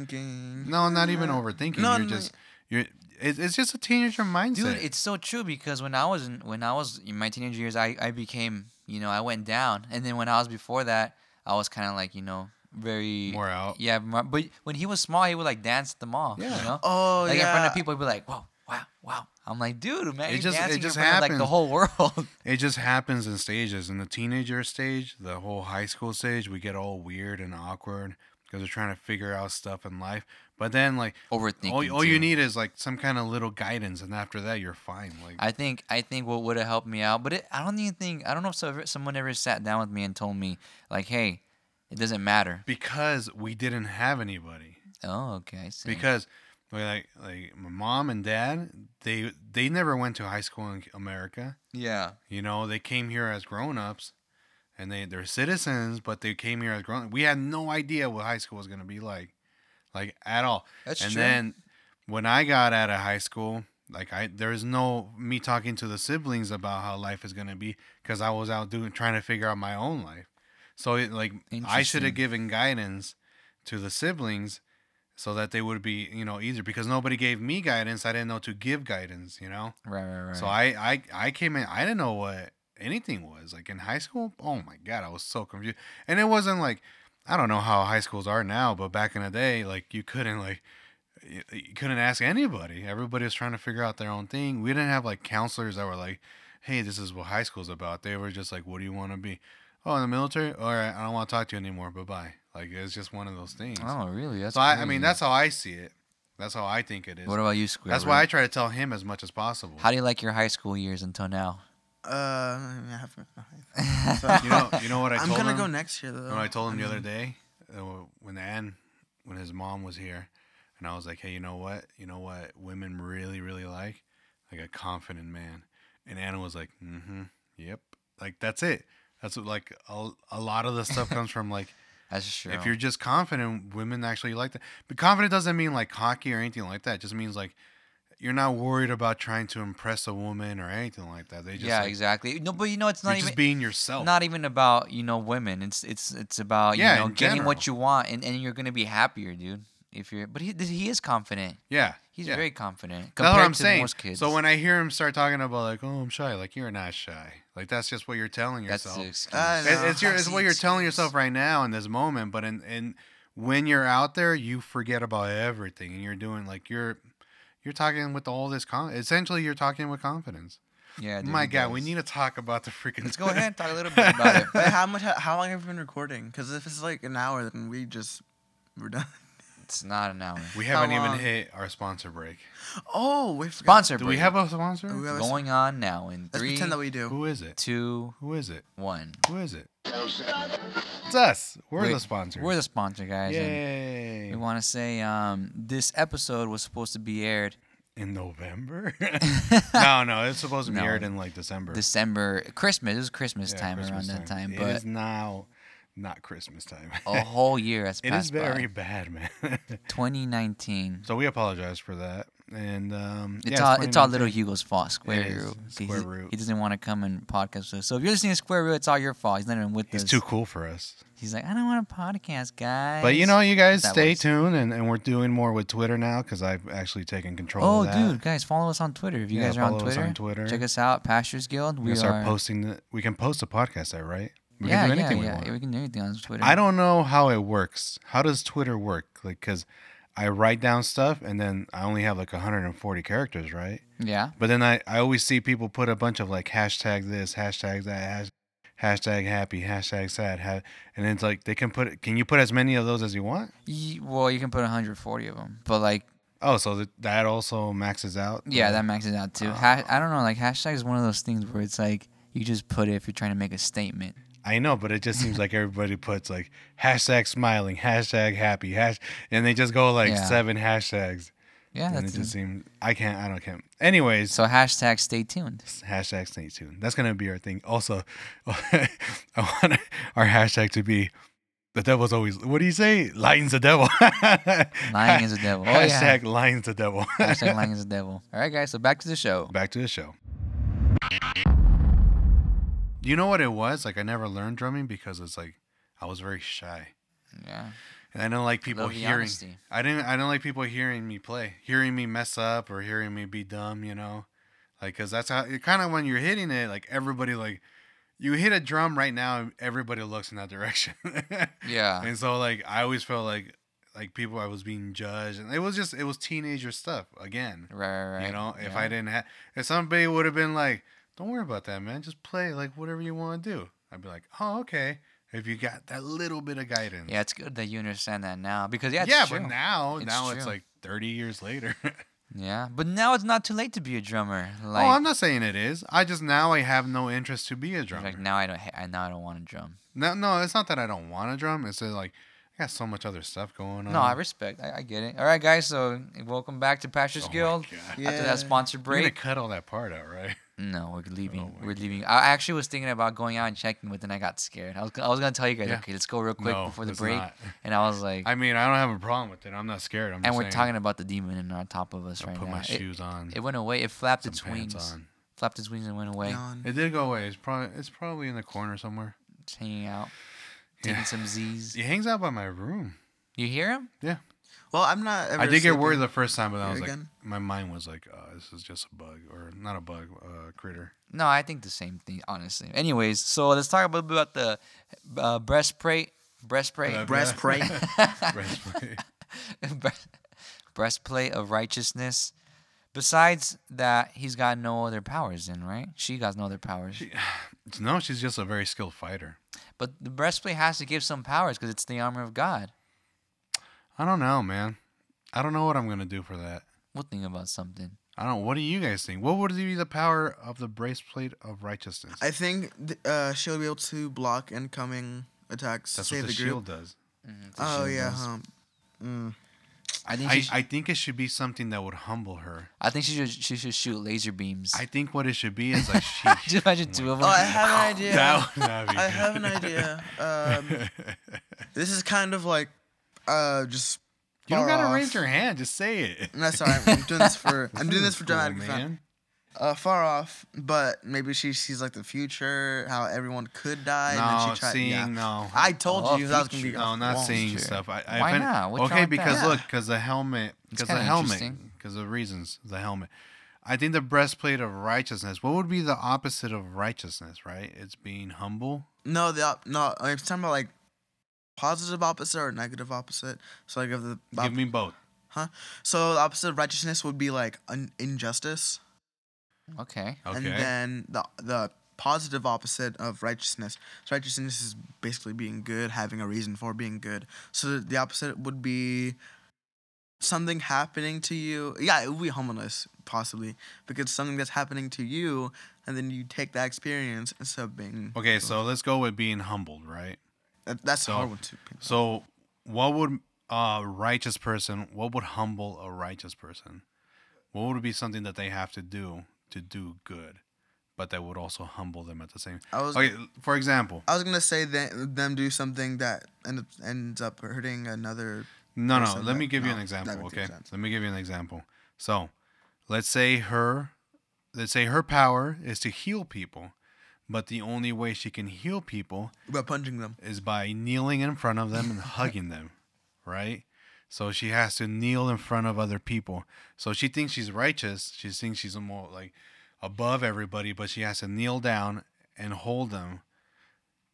Speaker 3: overthinking.
Speaker 2: No, not even overthinking.
Speaker 3: No,
Speaker 2: you're
Speaker 3: no.
Speaker 2: just you're. It's, it's just a teenager mindset.
Speaker 1: dude it's so true because when i was in when i was in my teenage years i i became you know i went down and then when i was before that i was kind of like you know very
Speaker 2: More out.
Speaker 1: yeah more, but when he was small he would like dance at the mall
Speaker 2: Yeah.
Speaker 1: you know
Speaker 3: Oh
Speaker 1: like
Speaker 3: yeah.
Speaker 1: in front of people he'd be like whoa wow wow i'm like dude man
Speaker 2: It
Speaker 1: you're
Speaker 2: just- it
Speaker 1: dancing in
Speaker 2: just
Speaker 1: front of, like the
Speaker 2: happens.
Speaker 1: whole world
Speaker 2: It just happens in stages. In the teenager stage, the whole high school stage, we get all weird and awkward because we're trying to figure out stuff in life. But then, like,
Speaker 1: overthinking
Speaker 2: all, all you
Speaker 1: too.
Speaker 2: need is like some kind of little guidance, and after that, you're fine. Like,
Speaker 1: I think I think what would have helped me out, but it, I don't even think I don't know if so- someone ever sat down with me and told me like, "Hey, it doesn't matter."
Speaker 2: because we didn't have anybody.
Speaker 1: Oh, okay, I see.
Speaker 2: Because, we like, like my mom and dad, they they never went to high school in America.
Speaker 1: yeah,
Speaker 2: You know, they came here as grown ups and they, they're citizens, but they came here as grown We had no idea what high school was going to be like, like at all.
Speaker 1: that's
Speaker 2: and <laughs> then when I got out of high school, like I there's no me talking to the siblings about how life is gonna be because I was out doing trying to figure out my own life. So it, like I
Speaker 1: Interesting.
Speaker 2: should have given guidance to the siblings so that they would be you know easier because nobody gave me guidance. I didn't know to give guidance. You know.
Speaker 1: right, right, right.
Speaker 2: So I, I I came in. I didn't know what anything was like in high school. Oh my god, I was so confused. And it wasn't like I don't know how high schools are now, but back in the day, like you couldn't like you, you couldn't ask anybody. Everybody was trying to figure out their own thing. We didn't have like counselors that were like, "Hey, this is what high school's about." They were just like, "What do you want to be?" Oh, in the military. All right, I don't want to talk to you anymore. Bye bye. Like it's just one of those things.
Speaker 1: Oh, really? That's
Speaker 2: so I, I mean,
Speaker 1: crazy.
Speaker 2: that's how I see it. That's how I think it is.
Speaker 1: What about you, Square?
Speaker 2: That's why I try to tell him as much as possible.
Speaker 1: How do you like your high school years until now?
Speaker 3: Uh, I mean, I have- <laughs>
Speaker 2: you know,
Speaker 1: <laughs>
Speaker 2: you know what I
Speaker 3: I'm
Speaker 2: told
Speaker 3: gonna
Speaker 2: him.
Speaker 3: go next year though.
Speaker 2: you know what I told him the <laughs> other
Speaker 3: mean,
Speaker 2: day uh, when Ann, when his mom was here, and I was like, hey, you know what? You know what women really, really like, like a confident man. And Anna was like, mm-hmm, yep. Like that's it. That's what, like a, a lot of the stuff comes from
Speaker 1: <laughs>
Speaker 2: like
Speaker 1: That's true.
Speaker 2: if you're just confident, women actually like that. But confident doesn't mean like cocky or anything like that. It just means like you're not worried about trying to impress a woman or anything like that. They just
Speaker 1: yeah,
Speaker 2: like,
Speaker 1: exactly. No, but you know, it's
Speaker 2: you're
Speaker 1: not
Speaker 2: just
Speaker 1: even
Speaker 2: being yourself.
Speaker 1: not even about you know women. It's it's it's about
Speaker 2: Yeah,
Speaker 1: you know
Speaker 2: in
Speaker 1: getting what
Speaker 2: general.
Speaker 1: you want, and, and you're gonna be happier, dude. If you're, but he he is confident.
Speaker 2: yeah,
Speaker 1: He's
Speaker 2: yeah.
Speaker 1: very confident
Speaker 2: That's
Speaker 1: compared
Speaker 2: what I'm
Speaker 1: to
Speaker 2: saying.
Speaker 1: most kids.
Speaker 2: So when I hear him start talking about like, oh, I'm shy, like you're not shy. Like that's just what you're telling
Speaker 1: that's
Speaker 2: yourself.
Speaker 1: the
Speaker 2: It-
Speaker 1: excuse.
Speaker 3: I know.
Speaker 2: It's your, <laughs>
Speaker 3: I
Speaker 2: it's
Speaker 3: see
Speaker 2: what you're telling
Speaker 1: excuse.
Speaker 2: yourself right now in this moment. But in, in when you're out there, you forget about everything, and you're doing like you're you're talking with all this con. Essentially, you're talking with confidence.
Speaker 1: yeah, dude,
Speaker 2: My
Speaker 1: he
Speaker 2: God, we
Speaker 1: does.
Speaker 2: need to talk about the freaking.
Speaker 1: Let's go ahead and talk a little bit about it.
Speaker 3: Wait, how much? How long have we been recording? Because if it's like an hour, then we just we're done. <laughs>
Speaker 1: It's not an hour.
Speaker 2: <laughs> we haven't
Speaker 3: How
Speaker 1: uh,
Speaker 2: even
Speaker 3: long?
Speaker 2: hit our sponsor break.
Speaker 3: Oh, we forgot.
Speaker 1: Sponsor.
Speaker 2: Do we
Speaker 1: break.
Speaker 2: have a sponsor?
Speaker 3: We have a-
Speaker 1: going on now in
Speaker 3: Let's
Speaker 1: three,
Speaker 3: pretend that we do.
Speaker 2: Who is it?
Speaker 1: two,
Speaker 2: Who is it?
Speaker 1: one.
Speaker 2: Who is it? It's us. We're
Speaker 1: Wait,
Speaker 2: the sponsor.
Speaker 1: We're the sponsor, guys. and-
Speaker 2: Yay.
Speaker 1: We want to say um, this episode was supposed to be aired
Speaker 2: in
Speaker 1: <laughs>
Speaker 2: November? <laughs> no, no, it's supposed to be
Speaker 1: No.
Speaker 2: aired in like December.
Speaker 1: December, Christmas. It was Christmas
Speaker 2: Yeah,
Speaker 1: time
Speaker 2: Christmas
Speaker 1: around that time,
Speaker 2: it
Speaker 1: but Oh,
Speaker 2: is now not Christmas time.
Speaker 1: a whole year has
Speaker 2: <laughs> it
Speaker 1: passed
Speaker 2: is very
Speaker 1: by.
Speaker 2: bad, man. <laughs>
Speaker 1: 2019.
Speaker 2: so we apologize for that, and um,
Speaker 1: It's
Speaker 2: yeah,
Speaker 1: all it's all
Speaker 2: 2019.
Speaker 1: little Hugo's fault. Square
Speaker 2: is.
Speaker 1: root. He-
Speaker 2: Square
Speaker 1: he-
Speaker 2: root.
Speaker 1: He doesn't want to come and podcast with us. So if you're listening to Square root, it's all your fault. He's not even with
Speaker 2: He's
Speaker 1: us.
Speaker 2: too cool for us.
Speaker 1: He's like, I don't want a podcast, guys.
Speaker 2: But you know, you guys
Speaker 1: That
Speaker 2: stay
Speaker 1: was-
Speaker 2: tuned, and, and we're doing more with Twitter now because I've actually taken control.
Speaker 1: Oh,
Speaker 2: of that.
Speaker 1: dude, guys, follow us on Twitter. If you
Speaker 2: Yeah,
Speaker 1: guys are on
Speaker 2: follow us
Speaker 1: Twitter,
Speaker 2: on Twitter.
Speaker 1: check us out, Pastures Guild. We
Speaker 2: we start
Speaker 1: are
Speaker 2: posting. The, we can post a podcast there, right? We
Speaker 1: yeah,
Speaker 2: can do anything
Speaker 1: yeah,
Speaker 2: we
Speaker 1: yeah.
Speaker 2: want.
Speaker 1: yeah, We can do anything on Twitter.
Speaker 2: I don't know how it works. How does Twitter work? Like, cause I write down stuff and then I only have like 140 characters, right?
Speaker 1: Yeah.
Speaker 2: But then I, I always see people put a bunch of like hashtag this, hashtag that, hash, hashtag happy, hashtag sad, ha- and it's like they can put. Can you put as many of those as you want?
Speaker 1: Ye- Well, you can put 140 of them, but like,
Speaker 2: Oh, so that that also maxes out.
Speaker 1: yeah,
Speaker 2: the-
Speaker 1: that maxes out
Speaker 2: Oh.
Speaker 1: too. Ha- I don't know, like hashtag is one of those things where it's like you just put it if you're trying to make a statement.
Speaker 2: I know, but it just seems like everybody puts like hashtag smiling, hashtag happy, hash, and they just go like
Speaker 1: Yeah.
Speaker 2: seven hashtags,
Speaker 1: Yeah,
Speaker 2: and
Speaker 1: that's
Speaker 2: it just
Speaker 1: it.
Speaker 2: seems I can't, I don't can't. Anyways,
Speaker 1: so hashtag stay tuned.
Speaker 2: hashtag stay <laughs> tuned. That's gonna be our thing. Also, I want our hashtag to be The devil's always. What do you say? Lying's the devil. <laughs>
Speaker 1: Lying is the devil. Oh, yeah.
Speaker 2: Hashtag lying's the devil. <laughs>
Speaker 1: Hashtag lying is the devil. All right, guys. So back to the show.
Speaker 2: Back to the show. You know what it was? Like I never learned drumming because it's like I was very shy,
Speaker 1: Yeah.
Speaker 2: and I didn't like people
Speaker 1: Love the
Speaker 2: hearing.
Speaker 1: honesty.
Speaker 2: I didn't. I didn't like people hearing me play, hearing me mess up or hearing me be dumb. You know, like because that's how it kind of when you're hitting it, like everybody like. You hit a drum right now, and everybody looks in that direction. <laughs>
Speaker 1: Yeah.
Speaker 2: and so like I always felt like like people I was being judged, and it was just it was teenager stuff again.
Speaker 1: Right, right, right.
Speaker 2: You know, if
Speaker 1: Yeah.
Speaker 2: I didn't have, if somebody would have been like, "Don't worry about that, man. Just play like whatever you want to do," I'd be like, "Oh, okay." If you got that little bit of guidance.
Speaker 1: Yeah, it's good that you understand that now because yeah, it's
Speaker 2: yeah,
Speaker 1: true.
Speaker 2: but now,
Speaker 1: It's
Speaker 2: now it's
Speaker 1: true.
Speaker 2: like 30 years later. <laughs>
Speaker 1: yeah, but now it's not too late to be a drummer. Like,
Speaker 2: oh, I'm not saying it is. I just now I have no interest to be a drummer.
Speaker 1: like now I don't, ha- I now I don't want to drum.
Speaker 2: no, no, it's not that I don't want to drum. It's that, like I got so much other stuff going on.
Speaker 1: No, I respect. I, I get it. All right, guys. So welcome back to Pastor's
Speaker 2: Oh my
Speaker 1: Guild.
Speaker 2: God.
Speaker 1: After that sponsor
Speaker 2: You're gonna
Speaker 1: break,
Speaker 2: cut all that part out, right?
Speaker 1: no, we're leaving.
Speaker 2: my
Speaker 1: we're leaving. I actually was thinking about going out and checking, but then I got scared. I was, I was gonna tell you guys,
Speaker 2: Yeah.
Speaker 1: okay, let's go real <laughs> quick
Speaker 2: No,
Speaker 1: before the
Speaker 2: let's
Speaker 1: break,
Speaker 2: not.
Speaker 1: and I was like,
Speaker 2: I mean, I don't have a problem with it. I'm not scared. I'm
Speaker 1: and
Speaker 2: just
Speaker 1: we're
Speaker 2: saying,
Speaker 1: talking about the demon in on top of us
Speaker 2: I
Speaker 1: right
Speaker 2: put
Speaker 1: now.
Speaker 2: my
Speaker 1: It-
Speaker 2: shoes on.
Speaker 1: It, went away. It flapped
Speaker 2: some
Speaker 1: its
Speaker 2: pants
Speaker 1: wings.
Speaker 2: on.
Speaker 1: Flapped its wings and went away.
Speaker 3: Yawn.
Speaker 2: It did go away. It's probably it's probably in the corner somewhere.
Speaker 1: It's hanging out,
Speaker 2: Yeah.
Speaker 1: taking
Speaker 2: <laughs>
Speaker 1: some Z's.
Speaker 2: He hangs out by my room.
Speaker 1: You hear him?
Speaker 3: Well, I'm not. Ever
Speaker 2: I did get
Speaker 3: sleeping.
Speaker 2: worried the first time, but then I was
Speaker 3: Here
Speaker 2: like,
Speaker 3: again?
Speaker 2: my mind was like, oh, this is just a bug or not a bug, uh,
Speaker 3: <laughs>
Speaker 2: critter.
Speaker 1: No, I think the same thing, honestly. Anyways, so let's talk a little bit about the uh, breastplate. Breastplate.
Speaker 2: Uh,
Speaker 3: Breastplate.
Speaker 2: Breastplate.
Speaker 1: <laughs> Bre- breastplate of righteousness. Besides that, he's got no other powers in, right? She got no other powers.
Speaker 2: <laughs> no, she's just a very skilled fighter.
Speaker 1: but the breastplate has to give some powers because it's the armor of God.
Speaker 2: I don't know, man. I don't know what I'm gonna do for that.
Speaker 1: We'll think about something.
Speaker 2: I don't. What do you guys think? What would be the power of the breastplate of righteousness?
Speaker 3: I think th- uh, she'll be able to block incoming attacks.
Speaker 2: That's
Speaker 3: save
Speaker 2: what the,
Speaker 3: the, group.
Speaker 2: shield does.
Speaker 1: Mm, it's a
Speaker 3: Oh
Speaker 1: shield
Speaker 3: yeah.
Speaker 1: does.
Speaker 3: Huh. Mm.
Speaker 1: I think she
Speaker 2: I,
Speaker 1: sh-
Speaker 2: I think it should be something that would humble her.
Speaker 1: I think she should she should shoot laser beams.
Speaker 2: I think what it should be is
Speaker 3: <laughs>
Speaker 2: like she.
Speaker 1: Just <laughs> imagine two of
Speaker 3: Oh,
Speaker 1: them.
Speaker 3: I have an idea.
Speaker 2: That would not be
Speaker 3: <laughs> I have
Speaker 2: good.
Speaker 3: an idea. Um,
Speaker 2: <laughs>
Speaker 3: this is kind of like, uh, just.
Speaker 2: You don't
Speaker 3: far
Speaker 2: gotta
Speaker 3: off.
Speaker 2: raise your hand. Just say it. <laughs>
Speaker 3: No, sorry. I'm doing this for. I'm doing this for
Speaker 2: Cool,
Speaker 3: dramatic effect. Uh, far off, but maybe she sees like the future, how everyone could die, and then
Speaker 2: No,
Speaker 3: she tried.
Speaker 2: seeing
Speaker 3: yeah.
Speaker 2: no.
Speaker 3: I told
Speaker 1: Oh,
Speaker 3: you that was gonna be.
Speaker 1: future.
Speaker 2: no,
Speaker 3: off the
Speaker 2: not
Speaker 3: wall.
Speaker 2: seeing
Speaker 1: Sure.
Speaker 2: stuff. I, I
Speaker 1: Why
Speaker 2: find,
Speaker 1: not? What's wrong
Speaker 2: okay,
Speaker 1: with
Speaker 2: because
Speaker 1: that?
Speaker 2: look, because the helmet,
Speaker 1: It's
Speaker 2: because the
Speaker 1: kinda
Speaker 2: helmet,
Speaker 1: interesting.
Speaker 2: because of reasons, the helmet. I think the breastplate of righteousness. What would be the opposite of righteousness? Right? It's being humble.
Speaker 3: No, the op- no. I'm talking about like positive opposite or negative opposite. So like of the
Speaker 2: Give me both.
Speaker 3: so the opposite of righteousness would be like an injustice,
Speaker 1: Okay.
Speaker 2: Okay.
Speaker 3: and then the the positive opposite of righteousness. So righteousness is basically being good, having a reason for being good. So the opposite would be something happening to you. Yeah, it would be humbleness possibly because something that's happening to you, and then you take that experience instead of being.
Speaker 2: okay, so let's go with being humbled, right?
Speaker 3: That, that's
Speaker 2: So-
Speaker 3: a hard one to.
Speaker 2: So, what would a righteous person? What would humble a righteous person? What would be something that they have to do to do good, but that would also humble them at the same?
Speaker 3: I was
Speaker 2: Okay, for example,
Speaker 3: I was gonna say that them do something that end up, ends up hurting another.
Speaker 2: no, no.
Speaker 3: person
Speaker 2: Let
Speaker 3: that-
Speaker 2: me give you
Speaker 3: no,
Speaker 2: an
Speaker 3: that
Speaker 2: example.
Speaker 3: makes
Speaker 2: Okay,
Speaker 3: sense.
Speaker 2: let me give you an example. So, let's say her, let's say her power is to heal people, but the only way she can heal people
Speaker 3: By punching them.
Speaker 2: is by kneeling in front of them and hugging them, right? So she has to kneel in front of other people. So she thinks she's righteous. She thinks she's more like above everybody, but she has to kneel down and hold them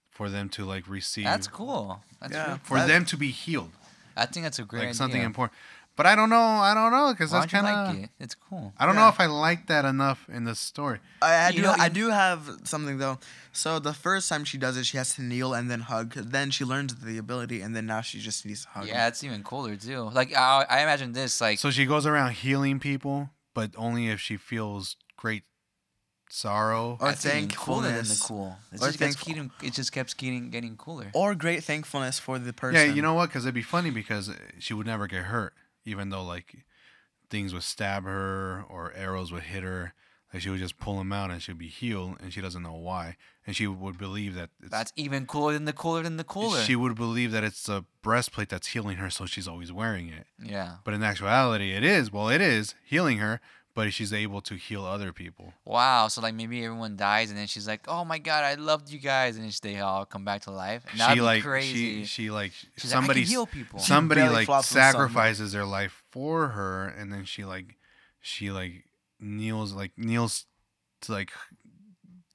Speaker 2: for them to like receive
Speaker 1: That's cool. That's
Speaker 3: Yeah.
Speaker 1: real
Speaker 2: for
Speaker 1: cool.
Speaker 2: them to be healed,
Speaker 1: I think that's a great
Speaker 2: like something
Speaker 1: idea.
Speaker 2: important. But I don't know. I don't know because
Speaker 1: Why
Speaker 2: that's
Speaker 1: don't you
Speaker 2: kind of.
Speaker 1: like it? It's cool.
Speaker 2: I don't know
Speaker 3: Yeah.
Speaker 2: if I like that enough in the story.
Speaker 3: I, I
Speaker 1: You
Speaker 3: do.
Speaker 1: know,
Speaker 3: I
Speaker 1: you-
Speaker 3: do have something though. So the first time she does it, she has to kneel and then hug. Then she learns the ability, and then now she just needs to hug.
Speaker 1: Yeah, it's even cooler too. Like I, I imagine this, like
Speaker 2: So she goes around healing people, but only if she feels great sorrow.
Speaker 3: Or
Speaker 1: that's even cooler than the
Speaker 3: thankfulness.
Speaker 1: cool. It just
Speaker 3: Or
Speaker 1: keeps
Speaker 3: thankful-
Speaker 1: getting, it just keeps getting getting cooler.
Speaker 3: Or great thankfulness for the person.
Speaker 2: Yeah, you know what? Because it'd be funny because she would never get hurt, even though like things would stab her or arrows would hit her. Like she would just pull him out and she'd be healed and she doesn't know why. And she would believe that it's,
Speaker 1: That's even cooler than the cooler than the cooler.
Speaker 2: she would believe that it's a breastplate that's healing her, so she's always wearing it.
Speaker 1: yeah.
Speaker 2: But in actuality, it is well, it is healing her, but she's able to heal other people.
Speaker 1: Wow. So like maybe everyone dies and then she's like, "Oh my god, I loved you guys," and then they all come back to life. And That'd
Speaker 2: she
Speaker 1: be
Speaker 2: like
Speaker 1: crazy.
Speaker 2: she she like
Speaker 1: She's like, "I can
Speaker 2: somebody
Speaker 1: heal people. She
Speaker 2: somebody
Speaker 3: belly
Speaker 2: like
Speaker 3: flops with something.
Speaker 2: sacrifices their life for her, and then she like she like kneels like kneels to like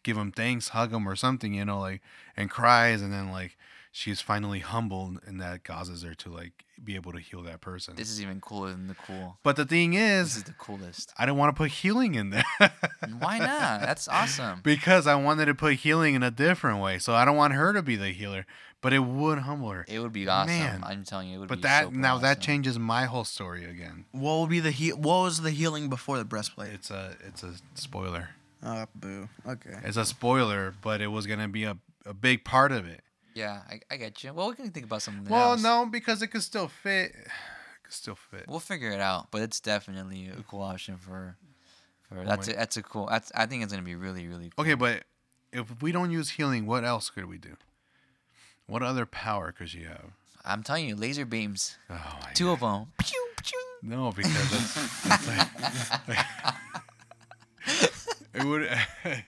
Speaker 2: give him thanks, hug him or something, you know, like and cries, and then like she's finally humbled, and that causes her to like be able to heal that person.
Speaker 1: this is even cooler than the cool.
Speaker 2: but the thing
Speaker 1: This
Speaker 2: is,
Speaker 1: is the
Speaker 2: <laughs>
Speaker 1: coolest.
Speaker 2: I didn't want to put healing in there.
Speaker 1: Why not? That's awesome.
Speaker 2: Because I wanted to put healing in a different way, so I don't want her to be the healer, but it would humble her.
Speaker 1: It would be awesome.
Speaker 2: Man.
Speaker 1: I'm telling you, it would
Speaker 2: But
Speaker 1: be
Speaker 2: that
Speaker 1: super
Speaker 2: now that
Speaker 1: awesome.
Speaker 2: changes my whole story again.
Speaker 3: What will be the he- What was the healing before the breastplate?
Speaker 2: It's a it's a spoiler.
Speaker 3: Oh, boo. Okay.
Speaker 2: It's a spoiler, but it was gonna be a, a big part of it.
Speaker 1: Yeah, I, I get you. Well, we can think about something
Speaker 2: Well,
Speaker 1: else.
Speaker 2: no, because it could still fit. <sighs> It could still fit.
Speaker 1: we'll figure it out. But it's definitely a cool option for. for that's
Speaker 2: Oh my-
Speaker 1: a, that's a cool. That's I think it's gonna be really really. cool.
Speaker 2: Okay, but if we don't use healing, what else could we do? What other power could she have?
Speaker 1: I'm telling you, laser beams,
Speaker 2: Oh my
Speaker 1: two
Speaker 2: God.
Speaker 1: of them.
Speaker 2: No, because it's, it's like, <laughs> it would. <laughs>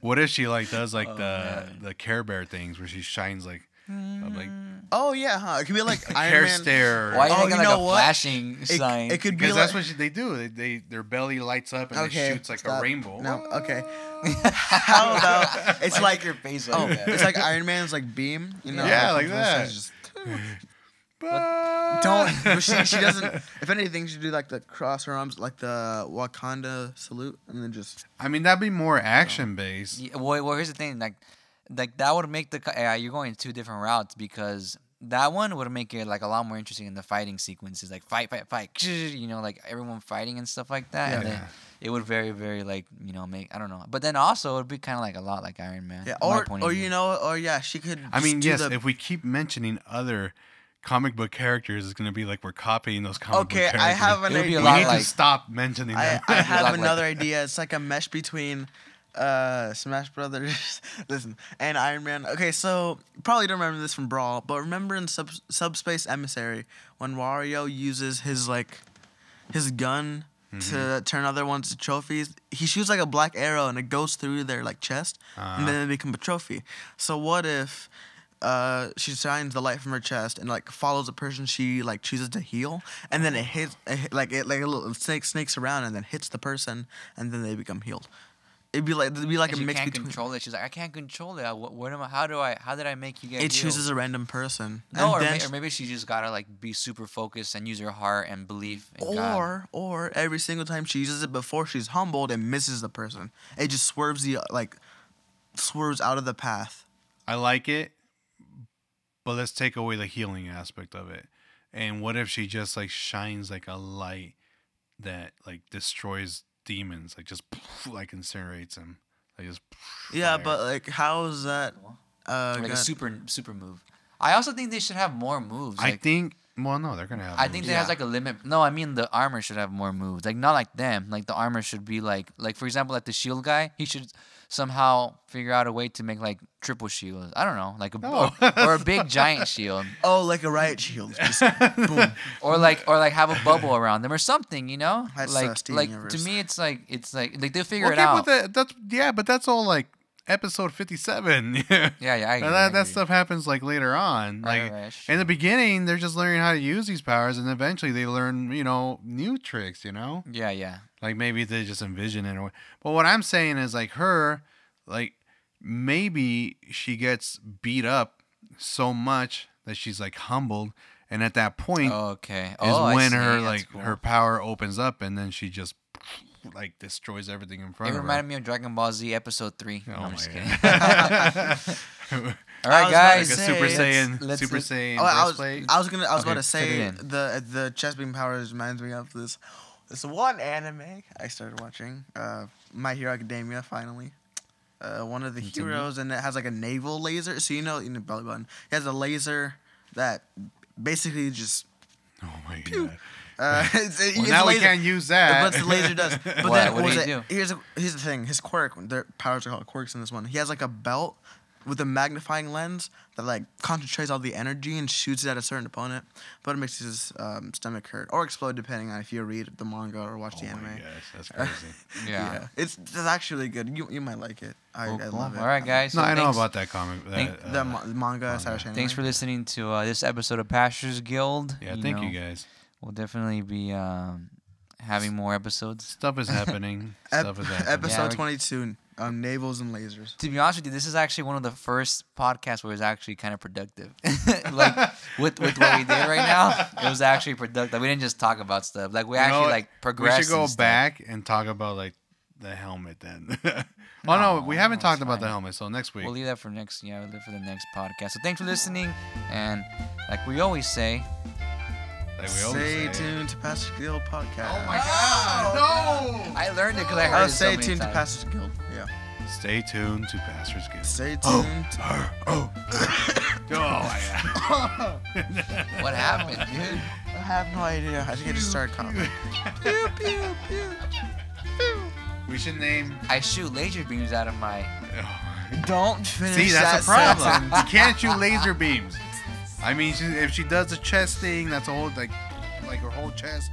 Speaker 2: what if she like does
Speaker 3: Oh,
Speaker 2: like the
Speaker 1: man.
Speaker 2: the Care Bear things where she shines like of, like
Speaker 3: Oh yeah, huh? It could
Speaker 1: <laughs>
Speaker 3: be like Iron
Speaker 2: Care
Speaker 3: Man.
Speaker 2: Stare?
Speaker 1: Why do you
Speaker 3: Oh,
Speaker 1: think
Speaker 3: you
Speaker 1: like
Speaker 3: know
Speaker 1: a
Speaker 3: what?
Speaker 1: flashing
Speaker 3: It,
Speaker 1: sign?
Speaker 3: it could be
Speaker 2: Because
Speaker 3: like
Speaker 2: that's what she, they do. They, they their belly lights up and
Speaker 3: okay,
Speaker 2: it shoots like
Speaker 3: stop.
Speaker 2: a rainbow.
Speaker 3: No,
Speaker 2: Whoa. <laughs>
Speaker 3: okay. How about
Speaker 1: <laughs>
Speaker 3: it's
Speaker 1: Why
Speaker 3: like
Speaker 1: is your face
Speaker 3: oh,
Speaker 1: like that?
Speaker 3: it's like Iron Man's like beam, you know?
Speaker 2: Yeah, like
Speaker 3: from
Speaker 2: that.
Speaker 3: the sides,
Speaker 2: Bah! <laughs>
Speaker 3: Just, <laughs> don't. but she, she doesn't. If anything, she do like the cross her arms, like the Wakanda salute, and then just
Speaker 2: I mean, that'd be more action based.
Speaker 1: Yeah, well, well, here's the thing, like, like that would make the co- uh, you're going two different routes because that one would make it like a lot more interesting in the fighting sequences, like fight, fight, fight, <laughs> you know, like everyone fighting and stuff like that, and then
Speaker 2: Yeah.
Speaker 1: it would very, very like you know make I don't know, but then also it'd be kind of like a lot like Iron Man.
Speaker 3: yeah,
Speaker 1: my
Speaker 3: or
Speaker 1: point of
Speaker 3: or
Speaker 1: view.
Speaker 3: you know, or yeah, she could.
Speaker 2: I mean,
Speaker 3: just
Speaker 2: yes.
Speaker 3: do the-
Speaker 2: If we keep mentioning other comic book characters, it's gonna be like we're copying those comic book
Speaker 3: okay,
Speaker 2: characters.
Speaker 3: I have an
Speaker 1: It would be
Speaker 3: idea.
Speaker 1: a
Speaker 2: We
Speaker 1: lot
Speaker 2: need
Speaker 1: like-
Speaker 2: to stop mentioning
Speaker 3: I,
Speaker 2: <laughs> them.
Speaker 3: I
Speaker 1: Good luck
Speaker 3: have
Speaker 1: with
Speaker 3: another idea. It's like a mesh between uh Smash Brothers <laughs> listen and Iron Man. Okay, so probably don't remember this from Brawl, but remember in Sub- Subspace Emissary when Wario uses his like his gun
Speaker 1: Mm-hmm.
Speaker 3: to turn other ones to trophies, he shoots like a black arrow and it goes through their like chest and
Speaker 1: Ah.
Speaker 3: then they become a trophy. So what if uh, she shines the light from her chest and like follows the person she like chooses to heal, and then it hits it, hit- like it like a little snake snakes around and then hits the person, and then they become healed. It'd be like it'd be like
Speaker 1: And
Speaker 3: a
Speaker 1: she
Speaker 3: mix
Speaker 1: can't
Speaker 3: between.
Speaker 1: control it. She's like, I can't control it. I- What, what am I? How do I? How did I make you get?
Speaker 3: it
Speaker 1: healed?"
Speaker 3: chooses a random person.
Speaker 1: No, or,
Speaker 3: and then
Speaker 1: may, or maybe she just gotta like be super focused and use her heart and belief. In God.
Speaker 3: or or every single time she uses it before she's humbled and misses the person. It just swerves the like swerves out of the path.
Speaker 2: I like it, but let's take away the healing aspect of it. And what if she just like shines like a light that like destroys demons, like just <laughs> like incinerates them, like just
Speaker 3: Yeah,
Speaker 2: fire.
Speaker 3: but like how is that? Uh,
Speaker 1: like a
Speaker 3: got-
Speaker 1: super super move. I also think they should have more moves.
Speaker 2: I
Speaker 1: like-
Speaker 2: think well no, they're gonna have.
Speaker 1: I think there has
Speaker 3: Yeah.
Speaker 1: like a limit. No, I mean the armor should have more moves. Like not like them. Like the armor should be like like for example like the shield guy. He should somehow figure out a way to make like triple shields. I don't know, like a
Speaker 2: No.
Speaker 1: or, or a big giant shield,
Speaker 3: oh, like a
Speaker 1: <laughs>
Speaker 3: riot shield. Just boom.
Speaker 1: or like or like have a bubble around them or something. You know,
Speaker 3: That's
Speaker 1: like
Speaker 3: sus, Steven
Speaker 1: like to
Speaker 3: Universe.
Speaker 1: me it's like it's like like they'll figure
Speaker 2: okay,
Speaker 1: it out.
Speaker 2: but that, that's yeah, but that's all like episode fifty-seven. <laughs>
Speaker 1: yeah,
Speaker 2: yeah,
Speaker 1: yeah, I agree,
Speaker 2: And
Speaker 1: I
Speaker 2: that, that
Speaker 1: agree.
Speaker 2: stuff happens like later on.
Speaker 1: Right,
Speaker 2: like
Speaker 1: right, that's
Speaker 2: in the beginning, they're just learning how to use these powers, and eventually they learn, you know, new tricks. You know,
Speaker 1: Yeah, yeah.
Speaker 2: Like maybe they just envision it. Or, but what I'm saying is like her, like maybe she gets beat up so much that she's like humbled, and at that point
Speaker 1: Okay.
Speaker 2: is
Speaker 1: oh, I
Speaker 2: when
Speaker 1: see,
Speaker 2: her
Speaker 1: that's
Speaker 2: like
Speaker 1: cool.
Speaker 2: her power opens up, and then she just like destroys everything in
Speaker 1: It
Speaker 2: front of her.
Speaker 1: reminded me of Dragon Ball Z episode three. No,
Speaker 2: oh
Speaker 1: I'm
Speaker 2: my
Speaker 1: just
Speaker 2: <laughs>
Speaker 1: kidding. <laughs>
Speaker 2: god!
Speaker 1: All
Speaker 3: I
Speaker 1: right,
Speaker 3: was about to
Speaker 2: like a
Speaker 1: guys.
Speaker 3: say,
Speaker 2: Super Saiyan,
Speaker 1: let's-
Speaker 2: Super
Speaker 1: let's-
Speaker 2: Saiyan
Speaker 3: Oh, I was,
Speaker 2: breastplate.
Speaker 3: I was gonna, I was
Speaker 1: Okay,
Speaker 3: about to
Speaker 1: fit it
Speaker 3: say
Speaker 1: in.
Speaker 3: the the chest beam powers reminds me of this this one anime I started watching, uh, My Hero Academia. Finally, uh, one of the
Speaker 1: Continue.
Speaker 3: heroes, and it has like a naval laser. So you know, you know, belly button. He has a laser that basically just
Speaker 2: oh my god! <laughs>
Speaker 3: Uh, it's, <laughs> it-
Speaker 2: Well,
Speaker 3: it's
Speaker 2: now we
Speaker 3: laser.
Speaker 2: can't use that. <laughs>
Speaker 3: But the laser does.
Speaker 1: <laughs>
Speaker 3: But
Speaker 1: What-
Speaker 3: then
Speaker 1: what
Speaker 3: was
Speaker 1: do
Speaker 3: it?
Speaker 1: you
Speaker 3: Here's a, here's the thing. His quirk. Their powers are called quirks in this one. He has like a belt with a magnifying lens that like concentrates all the energy and shoots it at a certain opponent, but it makes his um, stomach hurt or explode depending on if you read the manga or watch
Speaker 2: oh
Speaker 3: the
Speaker 2: my
Speaker 3: anime.
Speaker 2: gosh,
Speaker 1: <laughs>
Speaker 2: that's crazy.
Speaker 1: Yeah.
Speaker 3: It's, it's actually good. You, you might like it. I,
Speaker 1: Cool,
Speaker 3: I
Speaker 1: cool.
Speaker 3: love it.
Speaker 1: All right, guys.
Speaker 2: no,
Speaker 1: so
Speaker 2: I know
Speaker 1: thanks-
Speaker 2: about that comic.
Speaker 1: thank-
Speaker 2: That, uh,
Speaker 3: The ma- manga, Saturday Night
Speaker 1: Thanks
Speaker 3: Night.
Speaker 1: for listening to uh, this episode of Pastures Guild.
Speaker 2: yeah, thank
Speaker 1: know,
Speaker 2: you guys.
Speaker 1: We'll definitely be um, having more episodes.
Speaker 2: Stuff is happening.
Speaker 1: <laughs>
Speaker 3: Ep-
Speaker 2: Stuff is happening.
Speaker 1: Yeah,
Speaker 3: episode
Speaker 1: we-
Speaker 3: 22 um, navels and lasers
Speaker 1: To be honest with you, this is actually one of the first podcasts where it's actually kind of productive. <laughs> like with with what we did right now, it was actually productive. We didn't just talk about stuff. Like we
Speaker 2: You know
Speaker 1: actually
Speaker 2: what?
Speaker 1: like progressed.
Speaker 2: We should go
Speaker 1: and stuff.
Speaker 2: back and talk about like the helmet then. <laughs> oh no, we
Speaker 1: No,
Speaker 2: haven't
Speaker 1: it's
Speaker 2: talked about
Speaker 1: fine.
Speaker 2: the helmet. So next week.
Speaker 1: We'll leave that for next. Yeah, we'll leave for the next podcast. So thanks for listening, and like we always say.
Speaker 2: like we always say.
Speaker 3: stay tuned to pastor guild podcast
Speaker 1: Oh, no! I learned it because I heard
Speaker 3: oh
Speaker 1: it so
Speaker 3: stay
Speaker 1: many
Speaker 3: tuned to
Speaker 1: times.
Speaker 3: pastor guild yeah
Speaker 2: Stay tuned to Pastor's Guild.
Speaker 3: stay tuned
Speaker 2: Oh,
Speaker 1: <laughs>
Speaker 2: yeah. <laughs>
Speaker 1: What happened, dude?
Speaker 3: i have no idea i think i just started coughing pew pew pew
Speaker 2: we should name. oh.
Speaker 1: I shoot laser beams out of my.
Speaker 3: don't finish
Speaker 2: See, that's a
Speaker 3: that
Speaker 2: problem. you can't shoot laser beams. I mean, she, if she does the chest thing, that's a whole like, like her whole chest.